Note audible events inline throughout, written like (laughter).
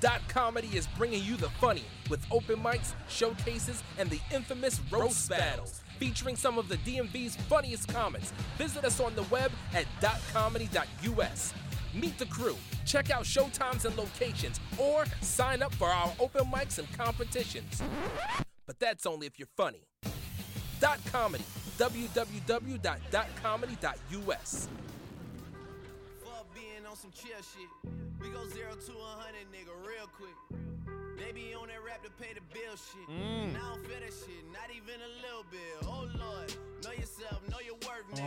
Dot Comedy is bringing you the funny with open mics, showcases, and the infamous roast battles featuring some of the DMV's funniest comics. Visit us on the web at dotcomedy.us. Meet the crew, check out showtimes and locations, or sign up for our open mics and competitions. But that's only if you're funny. Dot Comedy, www.dotcomedy.us. Fuck being on some chill shit. We go zero to a hundred, nigga, real quick. They be on that rap to pay the bill shit. Mm. And I don't feel that shit, not even a little bit. Oh Lord, know yourself, know your worth, nigga. Aw,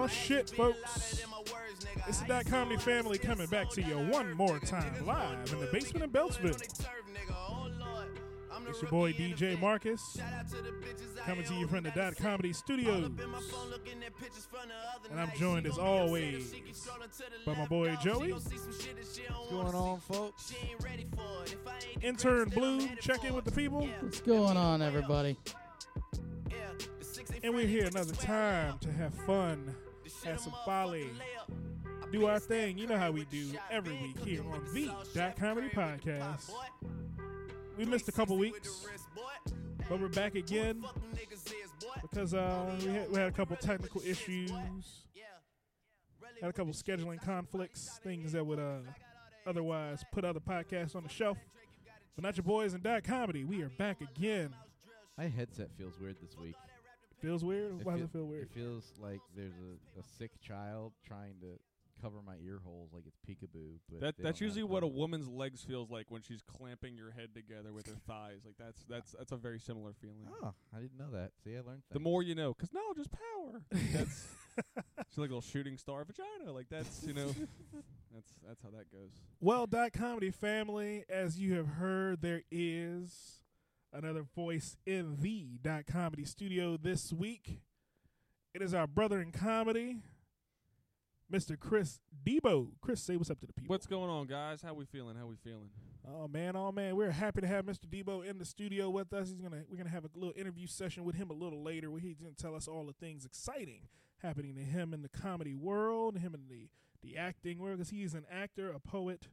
My Oh, shit, actions be louder folks. than my words, nigga. This is I That used to Comedy wanna Family steal coming back to soul you down one earth, more nigga. time, Niggas live wanna in do the it, basement we in can do it on Beltsville. they turf, nigga. Oh, Lord. I'm the It's your boy rookie in the DJ band. Marcus Shout out to the bitches out coming here to you who from the got Dot it Comedy All Studios. up in my phone looking at pictures from the other And I'm night. joined She as gon' be upset always if she keeps scrolling to the by my left, boy dog. She Joey. gon' see some shit that she don't What's wanna going on, see. folks? She ain't ready for it. If I ain't the greatest, Intern then I'm Blue, headed check for in with it. the people. Yeah, What's going on, everybody? yeah, the six ain't And we're friendly, here niggas another swear time up. to have fun, The shit have a some motherfucker folly, lay up. I do been our Steph thing. You know Curry how we with the do shot, every been week cooking here with on the the sauce, Dot Steph Comedy Curry with the pot, Podcast. boy. We missed a 360 couple with weeks, the wrist, boy. but we're back again Fuck them niggas is, boy. because uh, we, had, we had a Really couple with technical the shits, issues, boy. Yeah. had a couple scheduling conflicts, things that would uh, otherwise put other podcasts on the shelf. But not your boys in Dot Comedy. We are back again. My headset feels weird this week. Feels weird? Why does feel- it feel weird? It feels like there's a, a sick child trying to cover my ear holes like it's peekaboo. But That they that's don't usually have what a cover. woman's legs feels like when she's clamping your head together (laughs) with her thighs. Like that's that's that's a very similar feeling. Oh, I didn't know that. See, I learned things. The more you know, 'cause knowledge is (laughs) power. That's she's like a little shooting star vagina. Like that's (laughs) you know, that's that's how that goes. Well, Dot Comedy family, as you have heard, there is another voice in the Dot Comedy studio this week. It is our brother in comedy, Mr. Chris Debo. Chris, say what's up to the people. What's going on, guys? How we feeling? How we feeling? Oh man, oh man, we're happy to have Mr. Debo in the studio with us. He's gonna we're gonna have a little interview session with him a little later where he's gonna tell us all the things exciting happening to him in the comedy world, him in the the acting world, because he's an actor, a poet,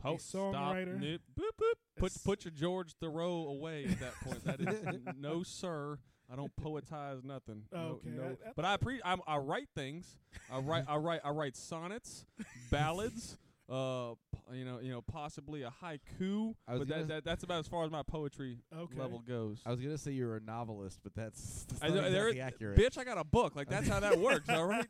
Po- songwriter. Stop, nip, boop, boop. Put It's- put your George Thoreau away at that point. That is n- no, sir. I don't poetize nothing. No- Okay, no, I- I- but I pre I'm, I write things. I write I write I (laughs) write sonnets, ballads. Uh, p- you know, you know, possibly a haiku, I was gonna- but that, that that's about as far as my poetry Okay. level goes. I was gonna say you're a novelist, but that's, (laughs) that's I not know, there exactly is- accurate. Bitch, I got a book. Like that's how (laughs) that works. All right,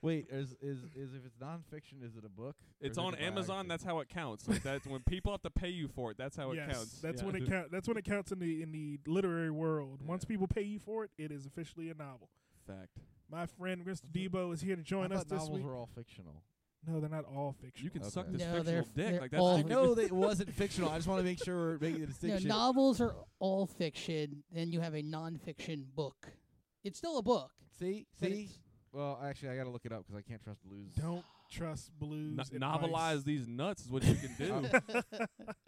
Wait, is is is if it's nonfiction, is it a book? Or is it's it on a Amazon. biography? That's how it counts. Like that's when people have to pay you for it. That's how it yes, counts. That's Yeah. when it count. That's when it counts in the in the literary world. Once Yeah. people pay you for it, it is officially a novel. Fact. My friend Mr. Debo is here to join I us thought this novels week. were all fictional. No, they're not all fiction. You can suck Okay. this No, they're- fictional dick. they're Like that's all- I you can- know (laughs) that it wasn't fictional. I just want to make sure we're making the No, distinction. novels are all fiction. Then you have a nonfiction book. It's still a book. see, but see. it's- Well, actually, I gotta look it up because I can't trust Lou's. Don't trust blues. No- advice. novelize these nuts is what you can (laughs) do. (laughs)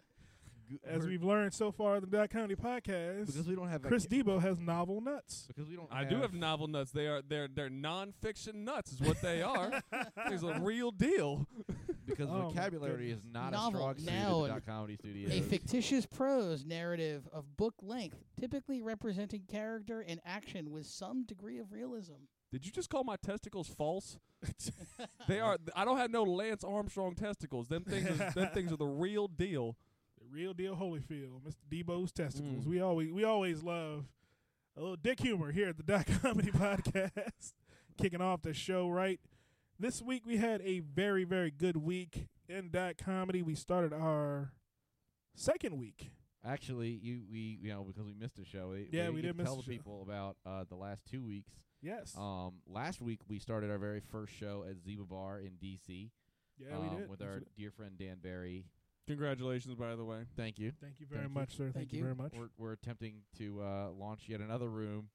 Oh, Go- As her- we've learned so far, in the Dot Comedy podcast. because we don't have a Chris ca- Debo has novel (laughs) nuts. Because we don't. I do have novel nuts. They are they're they're nonfiction nuts is what they are. it's a real deal. because Oh my vocabulary is not Novel, a strong suit at the noun, dot comedy studio. A fictitious prose narrative of book length, typically representing character and action with some degree of realism. Did you just call my testicles false? they are. I don't have no Lance Armstrong testicles. Them things. Is, them things are the real deal. The real deal Holyfield, Mr. Debo's testicles. Mm. We always we always love a little dick humor here at the Dot (laughs) Comedy Podcast. Kicking off the show right. This week we had a very, very good week in Dot Comedy. We started our second week. Actually, you we you know because we missed a show. We, Yeah, we, we did didn't get miss to tell a the show. people about uh, the last two weeks. Yes. Um, last week we started our very first show at Ziba Bar in D.C. yeah, um, we did. with That's our what- dear friend Dan Barry. Congratulations, by the way. Thank you. Thank you very Thank you. much, sir. Thank, Thank you you. very much. We're, we're attempting to uh, launch yet another room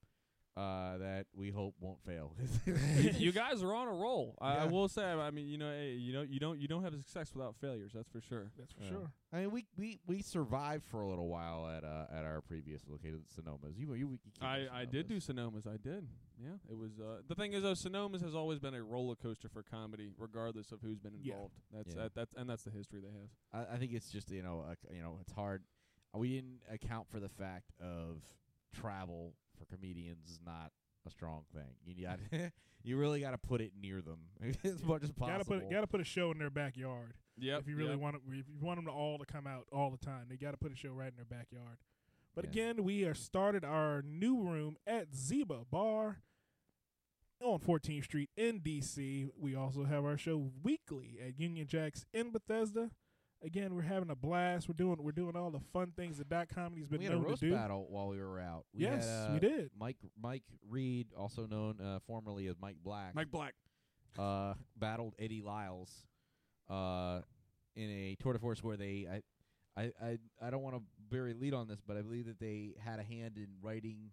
uh, uh, that we hope won't fail. (laughs) you, you guys are on a roll. I, I Yeah. will say. I mean, you know, hey, you know, you don't, you don't have success without failures. That's for sure. That's for Yeah. sure. I mean, we, we, we survived for a little while at uh, at our previous location, Sonomas. You you, you keep I, doing I did do Sonomas. Sonomas. I did. Yeah, it was. Uh, the thing is, though, Sonomas has always been a roller coaster for comedy, regardless of who's been Yeah. involved. That's Yeah. that, that's and that's the history they have. I, I think it's just you know uh, you know it's hard. We didn't account for the fact of travel for comedians is not a strong thing. You got (laughs) you really got to put it near them (laughs) as much as possible. Gotta put gotta put a show in their backyard Yeah, if you really want it, if you want them to all to come out all the time. They gotta put a show right in their backyard. But Yeah. again, we are started our new room at Zeba Bar on 14th Street in DC. We also have our show weekly at Union Jacks in Bethesda. Again, we're having a blast. We're doing we're doing all the fun things that Dot Comedy's been we had a known roast to do. battle while we were out. We yes, had, uh, we did. Mike Mike Reed, also known uh, formerly as Mike Black, Mike Black. uh, battled Eddie Lyles uh, in a tour de force where they I I I, I don't want to bury lead on this, but I believe that they had a hand in writing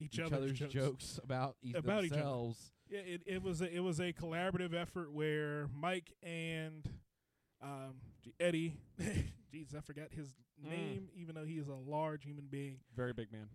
Each, each, other's, jokes. about, e- About each other. themselves. Yeah, it, it was a, it was a collaborative effort where Mike and um, G- Eddie, (laughs) jeez, I forgot his Mm. name, even though he is a large human being. Very big man.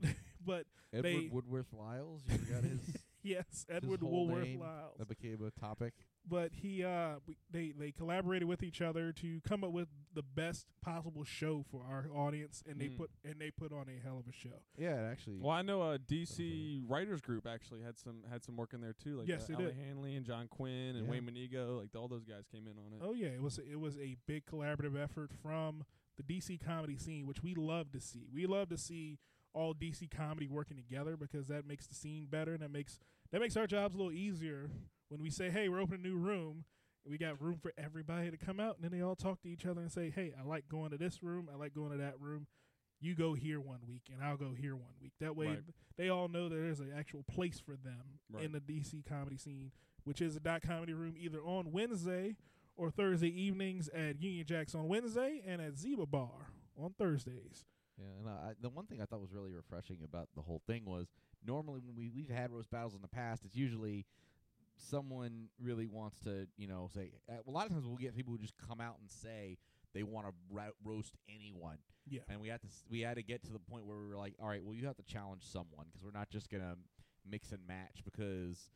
But Edward They- Woodworth Lyles, you (laughs) forgot his yes, Edward whole Woolworth name, Lyles. that became a topic. But he, uh, we, they they collaborated with each other to come up with the best possible show for our audience, and they Mm. put and they put on a hell of a show. Yeah, it actually. well, I know a DC writers group actually had some had some work in there too. Like Yes, uh, they Ally did. Hanley and John Quinn and Yeah. Wayne Manigo. Like all those guys came in on it. Oh yeah, it was it was a big collaborative effort from the DC comedy scene, which we love to see. We love to see all DC comedy working together because that makes the scene better and that makes that makes our jobs a little easier when we say, "Hey, we're opening a new room." We got room for everybody to come out, and then they all talk to each other and say, "Hey, I like going to this room. I like going to that room. You go here one week, and I'll go here one week." That way, Right. they all know that there's an actual place for them in Right. the DC comedy scene, which is the dot comedy room either on Wednesday or Thursday evenings at Union Jacks on Wednesday and at Zebra Bar on Thursdays. Yeah, and I, the one thing I thought was really refreshing about the whole thing was normally when we we've had roast battles in the past, it's usually someone really wants to, you know, say. Uh, a lot of times we'll get people who just come out and say they want to ra- roast anyone, Yeah. and we had to s we had to get to the point where we were like, all right, well, you have to challenge someone because we're not just gonna mix and match because.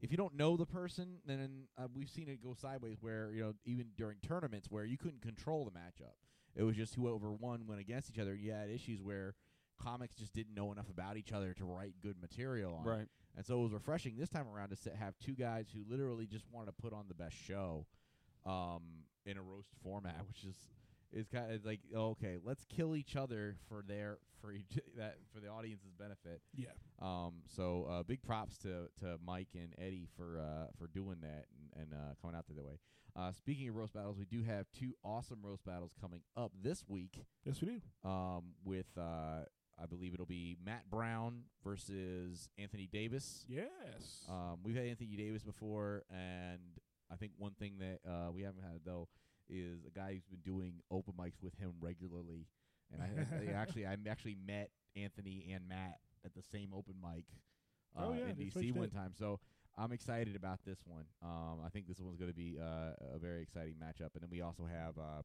If you don't know the person, then uh, we've seen it go sideways. Where you know, even during tournaments, where you couldn't control the matchup, it was just whoever won went against each other. You had issues where comics just didn't know enough about each other to write good material on. it. Right. And so it was refreshing this time around to sit, have two guys who literally just wanted to put on the best show um, in a roast format, (laughs) which is is kind of like okay, let's kill each other for their for (laughs) each that for the audience's benefit. Yeah. Um, so uh, big props to, to Mike and Eddie for uh, for doing that and, and uh, coming out there that way. Uh, speaking of roast battles, we do have two awesome roast battles coming up this week. Yes, we do. Um, with uh, I believe it'll be Matt Brown versus Anthony Davis. Yes. Uh, Um, we've had Anthony Davis before, and I think one thing that uh, we haven't had though is a guy who's been doing open mics with him regularly. And I, I (laughs) actually, I actually met Anthony and Matt at the same open mic uh, Oh, yeah, in that's right, DC you one did. time. So I'm excited about this one. Um, I think this one's going to be uh, a very exciting matchup. And then we also have uh,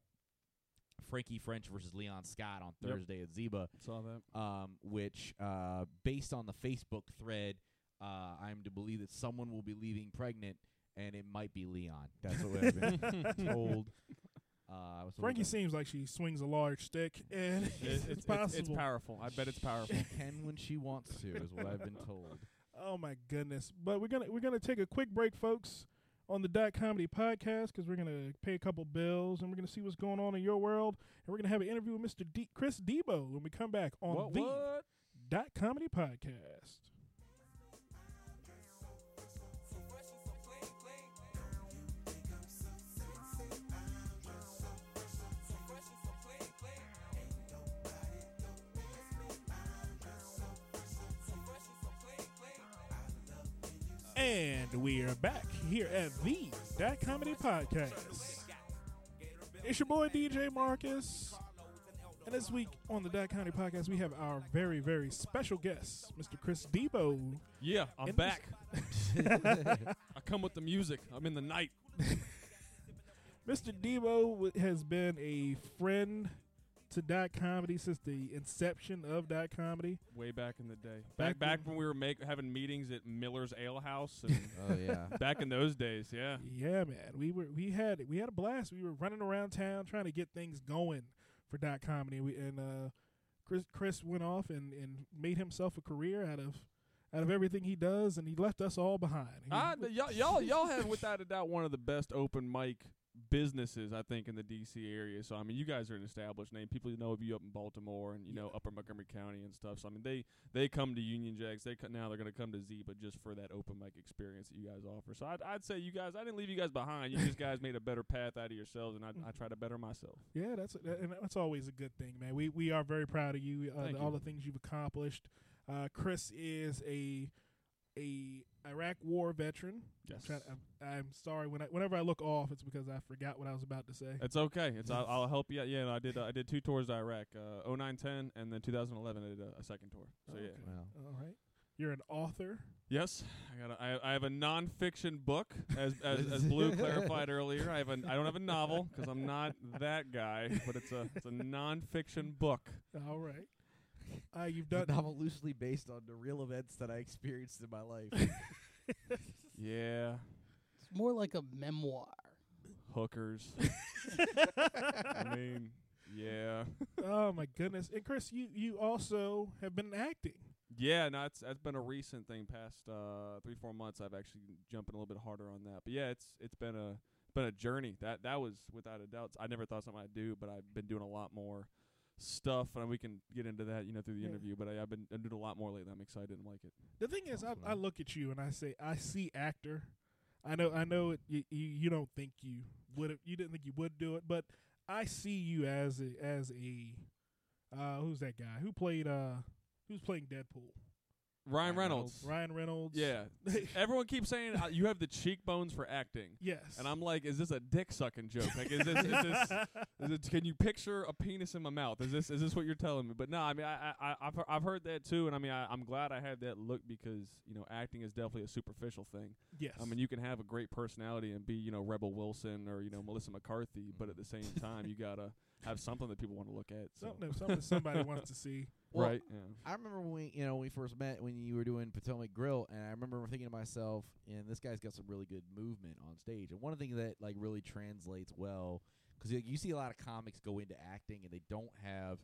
Frankie French versus Leon Scott on Yep. Thursday at Zeba Saw that. (laughs) um, which, uh, based on the Facebook thread, uh, I'm to believe that someone will be leaving pregnant, and it might be Leon. That's what I've (laughs) been told. Uh, I was told Frankie that- seems like she swings a large stick, and It- (laughs) it's, it's, possible. it's powerful. I bet it's powerful. (laughs) She can when she wants to, is what I've been told. Oh my goodness! But we're gonna we're gonna take a quick break, folks, on the Dot Comedy Podcast because we're gonna pay a couple bills and we're gonna see what's going on in your world, and we're gonna have an interview with Mr. D- Chris Debo when we come back on what, the what? Dot Comedy Podcast. And we are back here at the Dot Comedy Podcast. It's your boy DJ Marcus And this week on the Dot County Podcast, we have our very, very special guest, Mr. Chris Debo. Yeah, I'm Interest- back. (laughs) (laughs) I come with the music. I'm in the night. Mr. Debo w- has been a friend to Dot Comedy since the inception of Dot Comedy. Way back in the day, Back back back when- when we were make, having meetings at Miller's Ale House, (laughs) and Oh yeah. (laughs) back in those days, yeah. Yeah, man, we were we had we had a blast. We were running around town trying to get things going for Dot Comedy. We, and uh, Chris Chris went off and, and made himself a career out of out of everything he does, and he left us all behind. He- I, th- y'all, y'all, y'all have without a doubt one of the best open mic businesses I think in the D.C. area. So I mean, you guys are an established name. People know of you up in Baltimore and you know Upper Montgomery County and stuff. So I mean, they they come to Union Jacks. They co- now they're gonna come to Z, but just for that open mic experience that you guys offer. So I'd, I'd say you guys, I didn't leave you guys behind. You just guys made a better path out of yourselves, and I, I try to better myself. Yeah, that's that, and that's always a good thing, man. We we are very proud of you, uh, Thank all you. the things you've accomplished. Uh, Chris is a a Iraq War veteran. I'm, Yes. trying, I'm, I'm sorry when I, whenever I look off, it's because I forgot what I was about to say. It's okay. It's I'll, I'll help you. out. Yeah, no, I did. Uh, I did two tours to Iraq, uh, 0910, and then 2011. I did a, a second tour. So yeah. Okay. Wow. All right, you're an author. Yes, I got. A, I, I have a nonfiction book, as as, as Blue clarified earlier. I have a. I don't have a novel because I'm not that guy. But it's a it's a nonfiction book. All right, uh, (laughs) you've The done. novel loosely based on the real events that I experienced in my life. Yeah, It's more like a memoir. hookers. I mean, yeah, oh my goodness, and Chris, you you also have been acting. yeah. No, it's that's been a recent thing. Past uh, three four months, I've actually been jumping a little bit harder on that. But yeah, it's it's been a been a journey. That that was without a doubt. I never thought something I'd do, but I've been doing a lot more stuff, and we can get into that, you know, through the Yeah. interview. But I, I've been I doing a lot more lately. I'm excited. I'm like it. The thing is, I, Awesome, I man. look at you and I say, I see actor. I know, I know, it, you, you you don't think you would have, you didn't think you would do it, but I see you as a as a uh, who's that guy who played uh who's playing Deadpool? Ryan Ryan Reynolds. Ryan Reynolds. Yeah. (laughs) Everyone keeps saying uh, you have the cheekbones for acting. yes. And I'm like, is this a dick sucking joke? Like, is this, is this, is it, can you picture a penis in my mouth? Is this, is this what you're telling me? But no, I mean, I, I, I- I've, he- I've heard that too, and I mean, I, I'm glad I had that look because you know, acting is definitely a superficial thing. yes. I mean, you can have a great personality and be, you know, Rebel Wilson or you know, Melissa McCarthy, but at the same time, you gotta have something that people want to look at. So. Mm-hmm. something, something (laughs) somebody wants to see. Well, right? Yeah. I remember when you know when we first met when you were doing Potomac Grill, and I remember thinking to myself, "And this guy's got some really good movement on stage." And one thing that like really translates well, because you see a lot of comics go into acting and they don't have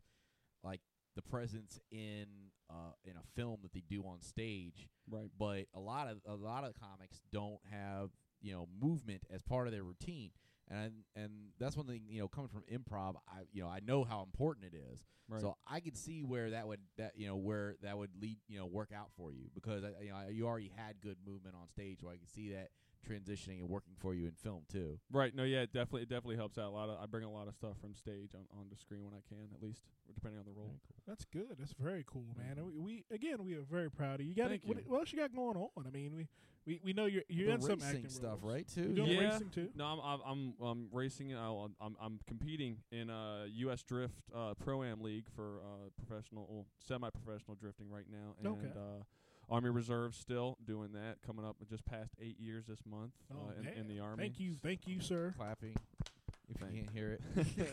like the presence in uh, in a film that they do on stage, Right. but a lot of a lot of comics don't have you know movement as part of their routine. And and that's one thing you know coming from improv, I you know I know how important it is. Right. So I could see where that would that you know where that would lead you know work out for you because I, you know you already had good movement on stage, so I could see that transitioning and working for you in film too. Right. No. Yeah. It definitely. It definitely helps out a lot. Of, I bring a lot of stuff from stage on onto screen when I can, at least depending on the role. That's good. That's very cool, man. And we, we again, we are very proud of you. You got Thank it, what, you. what else you got going on? I mean, we we, we know you're you're the in some racing acting stuff, roles. right? Too. You're doing Yeah. racing too. No, I'm I'm I'm, I'm racing. I'll- I'm I'm competing in a U.S. Drift uh, Pro Am League for uh, professional, well, semi-professional drifting right now, and Okay. uh, Army Reserve still doing that. Coming up, just past eight years this month Oh, uh, in, in man. the Army. Thank you, thank you, sir. Clapping. If Thank- you can't hear it. (laughs)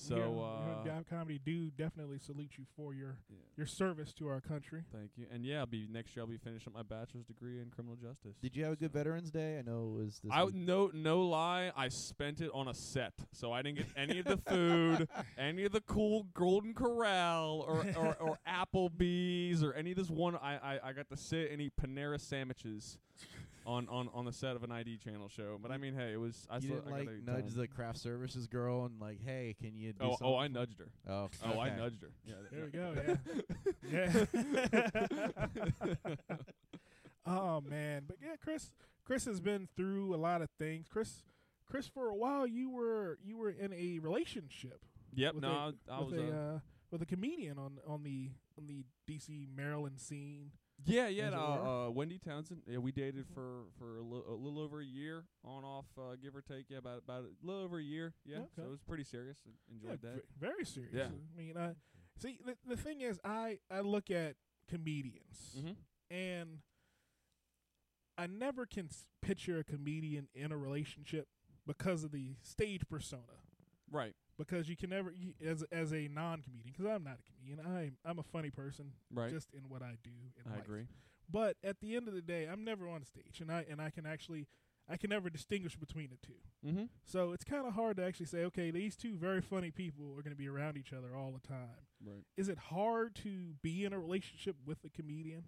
So Here- uh, here at Dive Comedy do definitely salute you for your yeah, your service to our country. thank you. And yeah, I'll be next year. I'll be finishing my bachelor's degree in criminal justice. Did you have a good Veterans Day? I know it was this. I week. no no lie, I spent it on a set, so I didn't get any of the food, (laughs) any of the cool Golden Corral or or, or (laughs) Applebee's or any of this one. I, I I got to sit and eat Panera sandwiches on on on the set of an ID Channel show. But I mean, hey, it was I you still didn't I like gotta nudge time. the craft services girl and like, hey, can you do Oh something? oh, I nudged her. Oh, Oh, I okay. nudged her. Yeah, There we go. Yeah. (laughs) yeah. (laughs) oh man, but yeah, Chris. Chris has been through a lot of things. Chris, Chris, for a while you were you were in a relationship Yep. with no, a, I, I with was. a uh, uh, with a comedian on on the on the DC Maryland scene. Yeah, yeah. as it Uh, uh, Wendy Townsend. Yeah, we dated for for a, li- a little over a year, on off, uh, give or take. Yeah, about about a little over a year. Yeah, Okay. so it was pretty serious. en- Yeah, Enjoyed that. ve- very serious. Yeah. I mean, I see the, the thing is, I I look at comedians Mm-hmm. and I never can s- picture a comedian in a relationship because of the stage persona. Right, Because you can never you, as as a non comedian, because I'm not a comedian. I'm I'm a funny person, right. just in what I do. In I life. agree. But at the end of the day, I'm never on stage, and I and I can actually I can never distinguish between the two. Mm-hmm. So it's kind of hard to actually say, okay, these two very funny people are going to be around each other all the time. Right. Is it hard to be in a relationship with a comedian?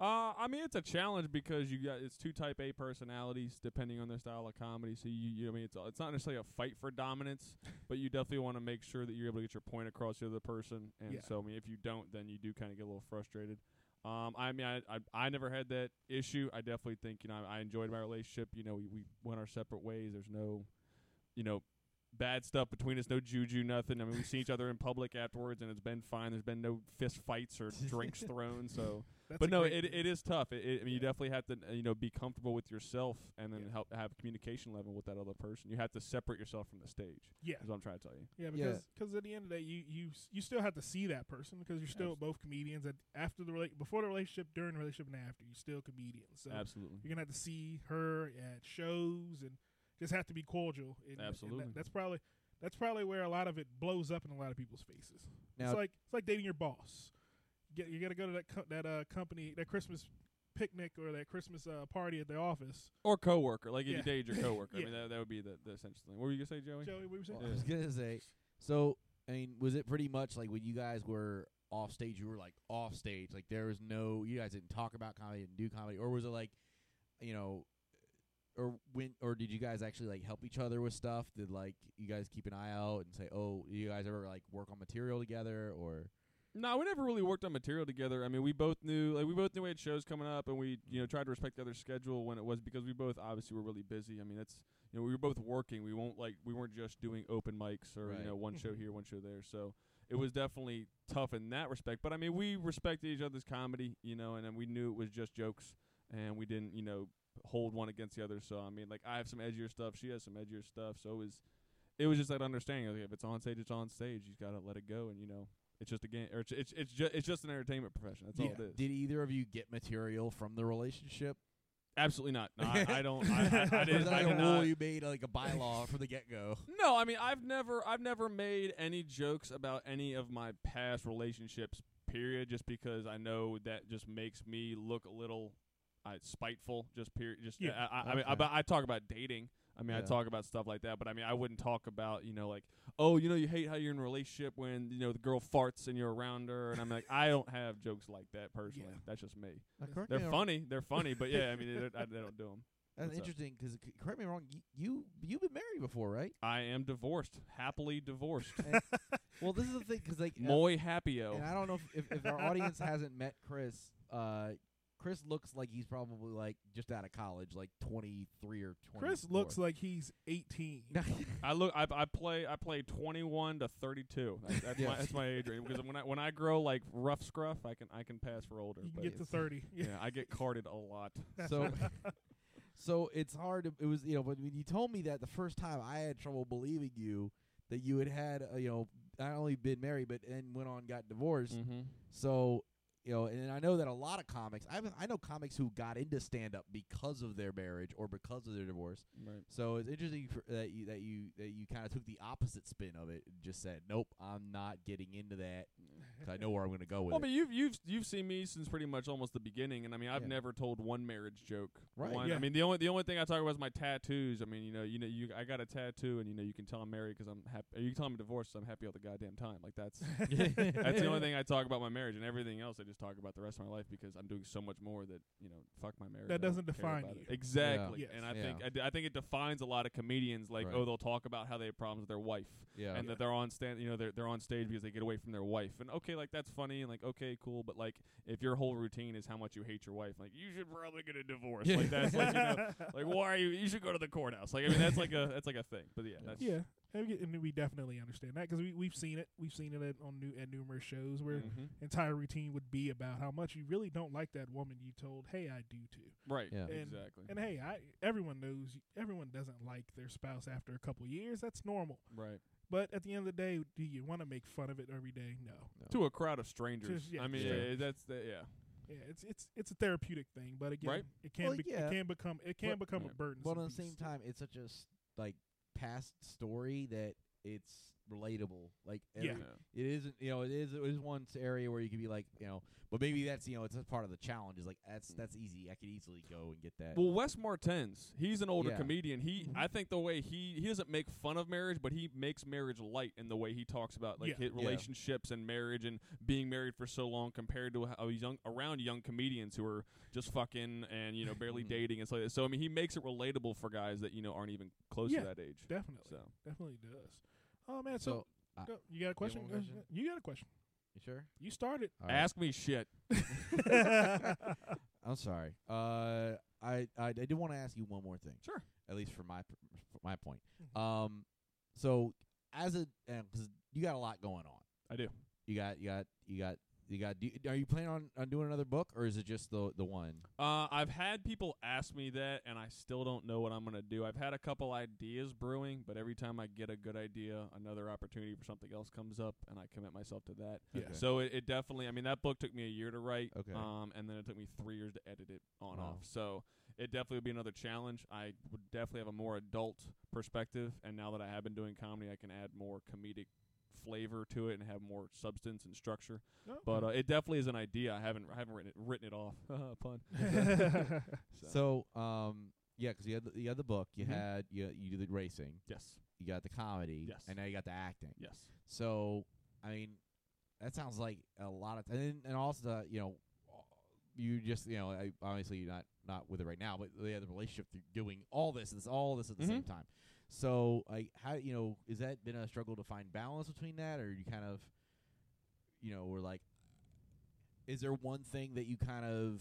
Uh, I mean, it's a challenge because you got it's two type A personalities depending on their style of comedy. So you, you I mean, it's it's not necessarily a fight for dominance, but you definitely want to make sure that you're able to get your point across to the other person. And Yeah. so, I mean, if you don't, then you do kind of get a little frustrated. Um, I mean, I, I I never had that issue. I definitely think you know I, I enjoyed my relationship. You know, we we went our separate ways. There's no, you know. Bad stuff between us, no juju, nothing. I mean, we've seen each other in public afterwards, and it's been fine. There's been no fist fights or drinks thrown, so That's but a no, great it, thing. it is tough. It, it, I mean, you Yeah. definitely have to uh, you know be comfortable with yourself, and then Yeah. help have communication level with that other person. You have to separate yourself from the stage. yeah, Is what I'm trying to tell you. yeah, Yeah. because cause at the end of the day, you you s- you still have to see that person because you're still Abs- both comedians. At after the rela- before the relationship, during the relationship, and after, you're still comedians. So Absolutely. you're gonna have to see her at shows and just have to be cordial. And, and that- Absolutely. that's probably that's probably where a lot of it blows up in a lot of people's faces. Now- it's like it's like dating your boss. You, get, you gotta go to that co- that uh, company that Christmas picnic or that Christmas uh, party at the office. Or coworker, like if Yeah. you dated your coworker. (laughs) Yeah. I mean, that, that would be the, the essential thing. What were you gonna say, Joey? Joey, what were you saying? (laughs) I was gonna say. So I mean, was it pretty much like when you guys were off stage? You were like off stage. Like there was no. You guys didn't talk about comedy, didn't do comedy, or was it like, you know, or when, or did you guys actually like help each other with stuff? Did like you guys keep an eye out and say, oh, you guys ever like work on material together, or No, we never really worked on material together. I mean, we both knew like we both knew we had shows coming up, and we you know tried to respect the other's schedule when it was because we both obviously were really busy. I mean, that's you know we were both working. We won't like we weren't just doing open mics or Right. you know one show here, one show there. So it was definitely tough in that respect. But I mean, we respected each other's comedy, you know, and then we knew it was just jokes, and we didn't you know hold one against the other. So I mean, like I have some edgier stuff, she has some edgier stuff. So it was it was just that understanding. Like if it's on stage, it's on stage. You gotta let it go, and you know. It's just a game, or it's it's it's just, it's just an entertainment profession. That's all did, it is. did either of you get material from the relationship? Absolutely not. No, I, I don't. I, I, (laughs) I, Or did, was that I like did a rule not. you made like a bylaw from the get go? No, I mean I've never I've never made any jokes about any of my past relationships. Period. Just because I know that just makes me look a little uh, spiteful. Just period. Just uh, Yeah, I, I, I mean okay. I, but I talk about dating. I mean I Yeah. talk about stuff like that. But I mean I wouldn't talk about you know like oh you know you hate how you're in a relationship when you know the girl farts and you're around her and I'm like I don't have jokes like that personally. Yeah. That's just me. (laughs) They're funny. They're funny. But yeah, I mean they, I, they don't do 'em. That's What's up? interesting 'cause c correct me if I'm wrong, you, you you've been married before, right? I am divorced, happily divorced. Well, this is the thing 'cause (laughs) like uh, Moy happio. And I don't know if, if, if our audience hasn't met Chris. Uh, Chris looks like he's probably like just out of college, like 23 or 24. Chris looks like he's 18. I look. I, I play. I play twenty one to thirty two. That's Yeah. my that's my age range because when I when I grow like rough scruff, I can I can pass for older. you can but get to (laughs) 30. (laughs) yeah, I get carded a lot. (laughs) so. (laughs) So it's hard. To, it was you know, but when you told me that the first time, I had trouble believing you that you had had uh, you know not only been married but then went on and got divorced. Mm-hmm. So you know, and I know that a lot of comics. I haven't- I know comics who got into stand up because of their marriage or because of their divorce. Right. So it's interesting for, that you that you that you kind of took the opposite spin of it and just said, "Nope, I'm not getting into that 'cause I know where I'm going to go with Well, but it." you've you've you've seen me since pretty much almost the beginning, and I mean I've Yeah. never told one marriage joke. Right. One, Yeah. I mean the only the only thing I talk about is my tattoos. I mean you know you know you I got a tattoo, and you know you can tell I'm married 'cause I'm happy. You can tell I'm divorced 'cause I'm happy all the goddamn time. Like that's (laughs) That's (laughs) the only thing I talk about my marriage, and everything else I just talk about the rest of my life because I'm doing so much more that you know, fuck my marriage. That I don't doesn't care define about you. it. exactly. Yes. And I Yeah. think I, d- I think it defines a lot of comedians. Like, Right. oh, they'll talk about how they have problems with their wife, Yeah, and that they're on stand, you know, they're they're on stage because they get away from their wife. And okay, okay, like that's funny and like okay, cool, but like if your whole routine is how much you hate your wife, like you should probably get a divorce. (laughs) Like that's like you know, like why are you? You should go to the courthouse. Like I mean, that's like a that's like a thing. But yeah, (laughs) that's yeah, and we, get- and we definitely understand that because we we've seen it. We've seen it at, on new at numerous shows where Mhm. entire routine would be about how much you really don't like that woman you told, "Hey, I do too." right. Yeah. And- exactly. And hey, I everyone knows everyone doesn't like their spouse after a couple years. That's normal. right. But at the end of the day, do you want to make fun of it every day? No. To a crowd of strangers. Just- yeah, I mean, yeah. yeah, that's the, yeah. Yeah, it's it's it's a therapeutic thing, but again, Right. it can Well, be, yeah. it can become it can But- become yeah. a burden. But at the same time, it's such a s- like past story that it's relatable. Like Yeah. every- it isn't. You know, it is. It is one s- area where you could be like, you know, but maybe that's you know, it's a part of the challenge. Is like that's that's easy. I could easily go and get that. Well, Wes Martens, he's an older Yeah. comedian. He, Mhm. I think, the way he he doesn't make fun of marriage, but he makes marriage light in the way he talks about like Yeah. his Yeah. relationships and marriage and being married for so long compared to how young around young comedians who are just fucking and you know barely Mm-hmm. Mhm. dating and stuff like that. So I mean, he makes it relatable for guys that you know aren't even close Yeah. to that age. definitely, So definitely does. Oh man, so, so I- go- you got a question? one Go- question? You got a question? you sure? You started. (laughs) All right. ask me shit. I'm sorry. Uh, I I, I did want to ask you one more thing. Sure. Mm-hmm. At least for my pr- for my point. Um, so as a because you got a lot going on. I do. You got you got you got you got. Do, are you planning on, on doing another book or is it just the the one? Uh, I've had people ask me that, and I still don't know what I'm gonna do. I've had a couple ideas brewing, but every time I get a good idea, another opportunity for something else comes up, and I commit myself to that. Yeah. Okay. So it, it definitely. I mean, that book took me a year to write, Okay. um, and then it took me three years to edit it on Wow. off. So it definitely would be another challenge. I would definitely have a more adult perspective, and now that I have been doing comedy, I can add more comedic flavor to it and have more substance and structure. No? But uh, it definitely is an idea. I haven't I haven't written it, written it off. (laughs) uh, Pun. So, um, yeah, 'cause you had the, you had the book, you Mhm. had you you did the racing, yes, you got the comedy, Yes. and now you got the acting. yes. So, I mean, that sounds like a lot of, t- and then- and also the, you know, you just you know I, obviously you're not not with it right now, but they had the relationship through doing all this this all this at the same time. So, like, how you know is that been a struggle to find balance between that, or you kind of, you know, were like, is there one thing that you kind of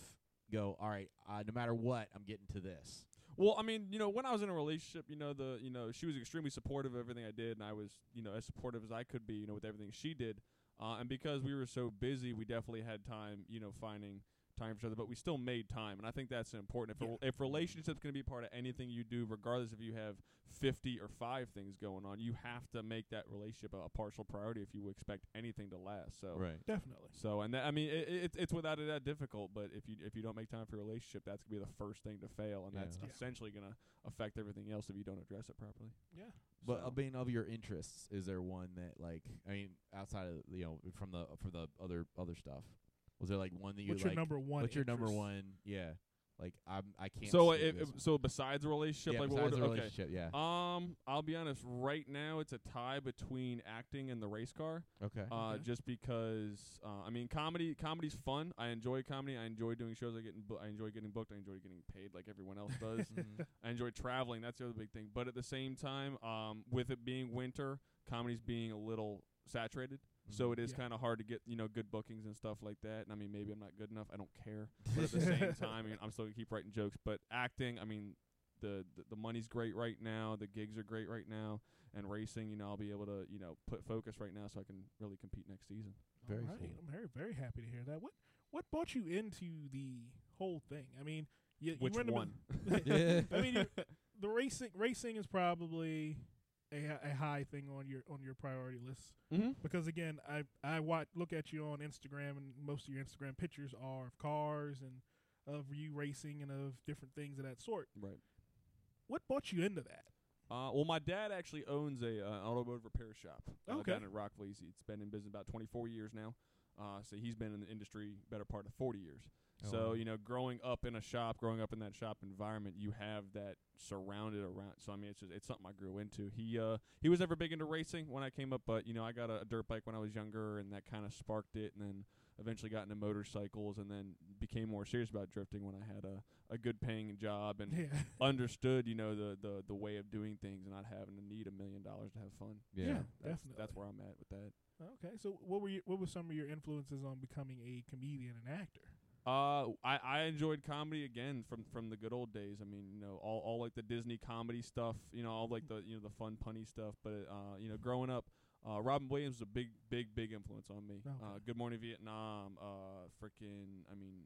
go, all right, uh, no matter what, I'm getting to this. Well, I mean, you know, when I was in a relationship, you know, the you know she was extremely supportive of everything I did, and I was you know as supportive as I could be, you know, with everything she did. Uh, and because we were so busy, we definitely had time, you know, finding time for each other. But we still made time, and I think that's important. If a, if relationships going to be part of anything you do, regardless if you have fifty or five things going on, you have to make that relationship a, a partial priority if you expect anything to last. So. Right. (laughs) definitely. So and that, I mean it, it's it's without it that difficult, but if you if you don't make time for your relationship, that's gonna be the first thing to fail, and that's Yeah. Yeah. essentially gonna affect everything else if you don't address it properly. Yeah. But uh, So- I mean, of your interests, is there one that like I mean, outside of you know from the from the other other stuff, was there like one that you What's like? your number one? what's your number interest? one? Yeah, like I'm I can't. so skip if, this one. so besides a relationship, yeah, like what besides would, the okay. relationship, yeah. Um, I'll be honest. Right now, it's a tie between acting and the race car. okay. Uh, Okay. just because uh, I mean, comedy comedy's fun. I enjoy comedy. I enjoy doing shows. I get bu- I enjoy getting booked. I enjoy getting paid like everyone else (laughs) does. Mhm. I enjoy traveling. That's the other big thing. But at the same time, um, with it being winter, comedy's being a little saturated. So it is Yeah. kind of hard to get you know good bookings and stuff like that. And I mean, maybe I'm not good enough. I don't care. (laughs) But (laughs) at the same time, I mean, I'm still gonna keep writing jokes. But acting, I mean, the, the the money's great right now. The gigs are great right now. And racing, you know, I'll be able to you know put focus right now so I can really compete next season. Very Alright, cool. I'm very very happy to hear that. What what brought you into the whole thing? I mean, you, Which you were in the one? mid- (laughs) I mean, you- the racing racing is probably a, hi- a high thing on your on your priority list (laughs) Mm-hmm. because again, I I watch look at you on Instagram and most of your Instagram pictures are of cars and of you racing and of different things of that sort. Right. What brought you into that? Uh, well, my dad actually owns a uh, automotive repair shop uh, Okay. down in Rockville. He's, he's been in business about 24 years now. Uh, so he's been in the industry better part of 40 years. Oh, so wow. you know, growing up in a shop, growing up in that shop environment, you have that surrounded around. So I mean, it's just it's something I grew into. He uh, he was never big into racing when I came up, but you know, I got a, dirt bike when I was younger, and that kind of sparked it. And then eventually got into motorcycles and then became more serious about drifting when I had a, a good paying job and (laughs) Yeah. understood, you know, the, the, the way of doing things and not having to need a million dollars to have fun. Yeah. Yeah. That's, Definitely. That's where I'm at with that. Okay. So what were you, what were some of your influences on becoming a comedian and actor? Uh, I, I enjoyed comedy again from from the good old days. I mean, you know, all, all like the Disney comedy stuff, you know, all like the you know the fun punny stuff. But uh, you know, growing up, uh, Robin Williams was a big big big influence on me. Okay. Uh, Good Morning Vietnam, uh, freaking, I mean,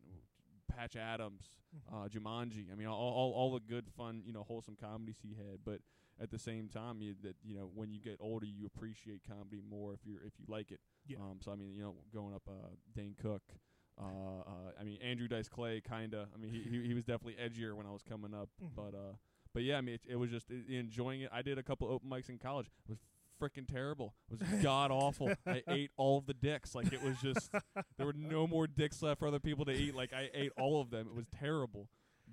Patch Adams, Mm-hmm. uh, Jumanji. I mean, all, all all the good fun, you know, wholesome comedies he had. But at the same time, you that you know, when you get older, you appreciate comedy more if you are if you like it. Yeah. Um, so I mean, you know, going up, uh, Dane Cook. Uh, uh, I mean, Andrew Dice Clay, kinda. I mean, he, he he was definitely edgier when I was coming up, Mhm. but uh, but yeah, I mean, it, it was just i enjoying it. I did a couple open mics in college. It was freaking terrible. It was god awful. I ate all of the dicks. Like it was just there were no more dicks left for other people to eat. Like I ate all of them. It was terrible.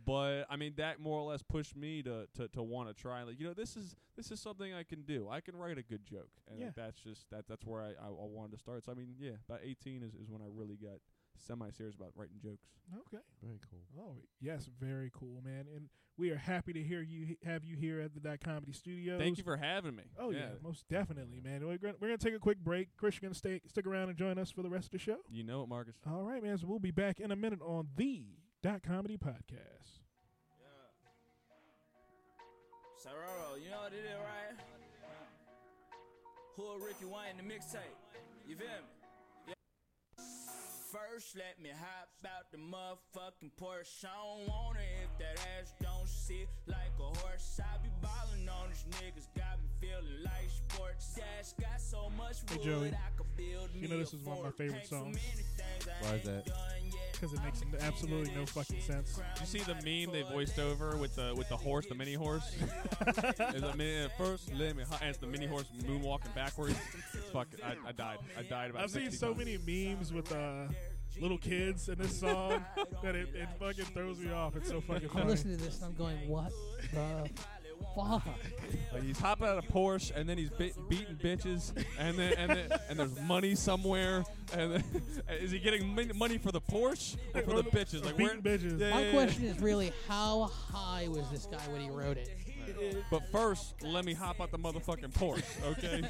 But I mean, that more or less pushed me to to to want to try. Like you know, this is this is something I can do. I can write a good joke, and Yeah. like, that's just that that's where I, I I wanted to start. So I mean, yeah, about 18 is is when I really got semi serious about writing jokes. Okay. Very cool. Oh yes, very cool, man. And we are happy to hear you have you here at the Dot Comedy Studios. Thank you for having me. Oh yeah, most definitely, man. We're gonna, we're gonna take a quick break. Chris, you're gonna stay stick around and join us for the rest of the show. You know it, Marcus. All right, man. So we'll be back in a minute on the Dot Comedy Podcast. Sororo, you know what it is, right? Who Ricky Wayne the mixtape? You feel me? Yeah. First, let me hop out the motherfucking Porsche. I don't want it if that ass don't sit like a horse. I be ballin' on these niggas, got me feeling like sports. Dash got so much wood, Joey. I could build me You know this a is one of my fort. favorite Hang so songs. many things I Why is ain't that? done yet. Because it makes I'm the king of absolutely no this fucking shit. sense. Crown Did you see the mighty meme they for a voiced day. over with the with the horse, the mini horse? (laughs) Is the mini, first let me as the mini horse (laughs) moonwalking backwards. Fuck, it, I, I died. I died about. I've seen 60 so times. many memes with uh, little kids in this song that it, it fucking throws me off. It's so fucking I'm funny. listening to this and I'm going, what the fuck? Like he's hopping out of Porsche and then he's bit, beating bitches and then and then and there's money somewhere and then, (laughs) is he getting min- money for the Porsche or for the bitches? Like where? Beating bitches. Yeah, My yeah, yeah. question is really, how high was this guy when he wrote it? But first, let me hop out the motherfucking Porsche, okay?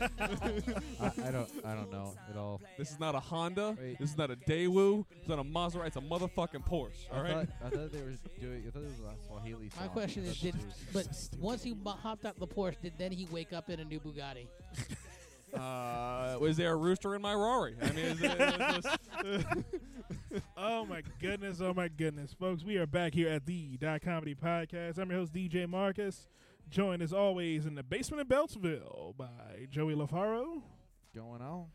(laughs) I, I don't. I don't know at all. this is not a Honda. Wait. This is not a Daewoo. It's not a Maserati. It's a motherfucking Porsche. All I right. thought, I thought they were doing. I thought it was a Swahili song. My question I is, thought did but once he bo- hopped out the Porsche, did then he wake up in a new Bugatti? Uh, was there a rooster in my Rari? I mean, is it, is this- Oh my goodness, oh my goodness, folks. We are back here at the Dot Comedy Podcast. I'm your host, DJ Marcus. Joined as always in the basement in Beltsville by Joey LaFaro, going on.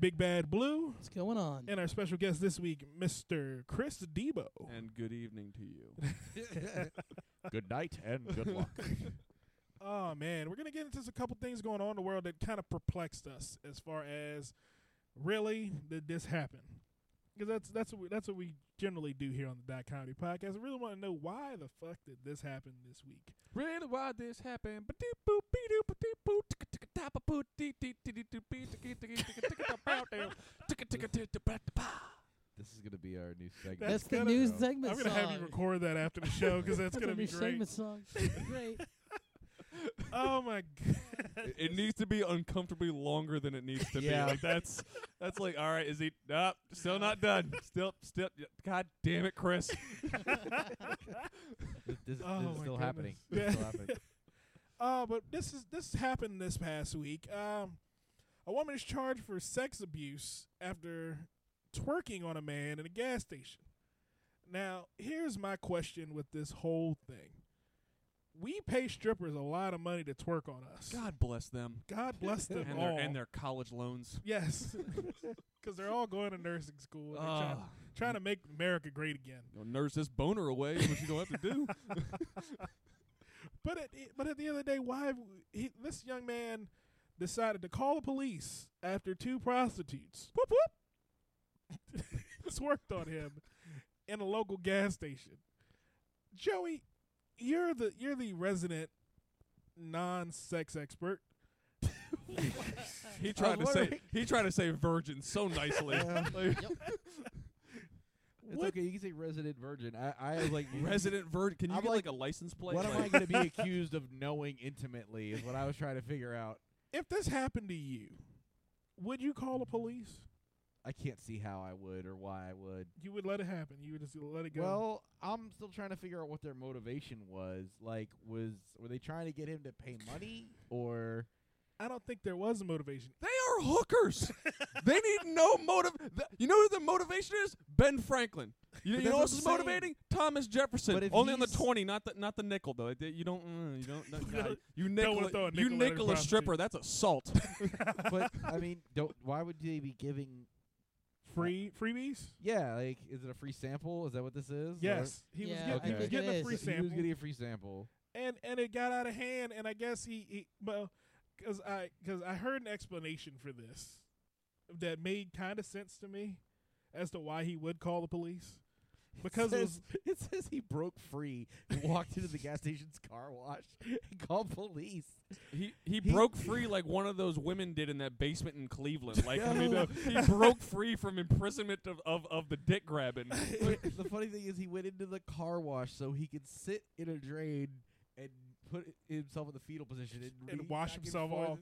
Big Bad Blue, What's going on? and our special guest this week, Mr. Chris Debo. (laughs) and good evening to you. good night and good luck. Oh man, we're gonna get into just a couple things going on in the world that kind of perplexed us as far as really did this happen? Because that's that's what we, that's what we generally do here on the Dot Comedy Podcast. I really want to know why the fuck did this happen this week? Really, why this happened? Ba-doop, boop, be-doop, ba-doop, boop, ticka-ticka-tappa, boot, dee, dee, dee, dee, doo, bee, ticka, ticka, ticka, ticka, da, bow, dow, ticka, ticka, ticka, da, ba, da, ba. (laughs) This is gonna be our new segment. that's the gonna- new I'm segment I'm gonna have you song. record that after the show because that's That's gonna a be new great. (laughs) segment song. great. Oh my god! It- It needs to be uncomfortably longer than it needs to Yeah. be. Like that's that's like all right. Is he? Nope, still not done. Still, still. God damn it, Chris. This, this, this Oh is my still goodness. happening. This Yeah. (laughs) is still happening. Uh, but this is this happened this past week. Um, a woman is charged for sex abuse after twerking on a man in a gas station. Now, here's my question with this whole thing: We pay strippers a lot of money to twerk on us. God bless them God bless them and all. their and their college loans. (laughs) yes, (laughs) because they're all going to nursing school. and they're trying, Ah. trying to make America great again. You know, nurse this boner away. Is what you gonna have to (laughs) do? But at, but at the end of the day, why he, this young man decided to call the police after two prostitutes whoop whoop (laughs) twerked on him in a local gas station. Joey, you're the you're the resident non-sex expert. He tried to say wondering- he tried to say virgin so nicely. Like, It's What? okay. You can say resident virgin. I, I (laughs) was like Resident Vert. Can you I'm get like, like, a license plate? What am I Like, going to be accused of knowing intimately? Is what I was trying to figure out. If this happened to you, would you call the police? I can't see how I would or why I would. You would let it happen. You would just let it go. Well, I'm still trying to figure out what their motivation was. Like, was were they trying to get him to pay money (laughs) or? I don't think there was a motivation. They are hookers. they need no motive. th- you know who the motivation is? Ben Franklin. You, But you know what that's else is what I'm saying. motivating? Thomas Jefferson. But if Only on the he's- twenty, not the not the nickel though. They- You don't. mm, you don't. Not, Don't- nah, you don't wanna nickel. throw a you nickel at a nickel a stripper. That's assault. (laughs) But I mean, don't. Why would they be giving? (laughs) Free freebies? Yeah, like, is it a free sample? Is that what this is? Or- Yes, he was Yeah, getting, he I was think getting it a is. free So he was sample, getting a free sample. and and it got out of hand. And I guess he, he well, because I because I heard an explanation for this that made kind of sense to me as to why he would call the police (laughs) because it says, was it says he broke free, walked into the gas station's car wash, and called police. He, he broke free like one of those women did in that basement in Cleveland. Like I mean, No. uh, he broke free from imprisonment of, of, of the dick grabbing. (laughs) But the funny thing is, he went into the car wash so he could sit in a drain and put i- himself in the fetal position and, and read wash back himself forth. off.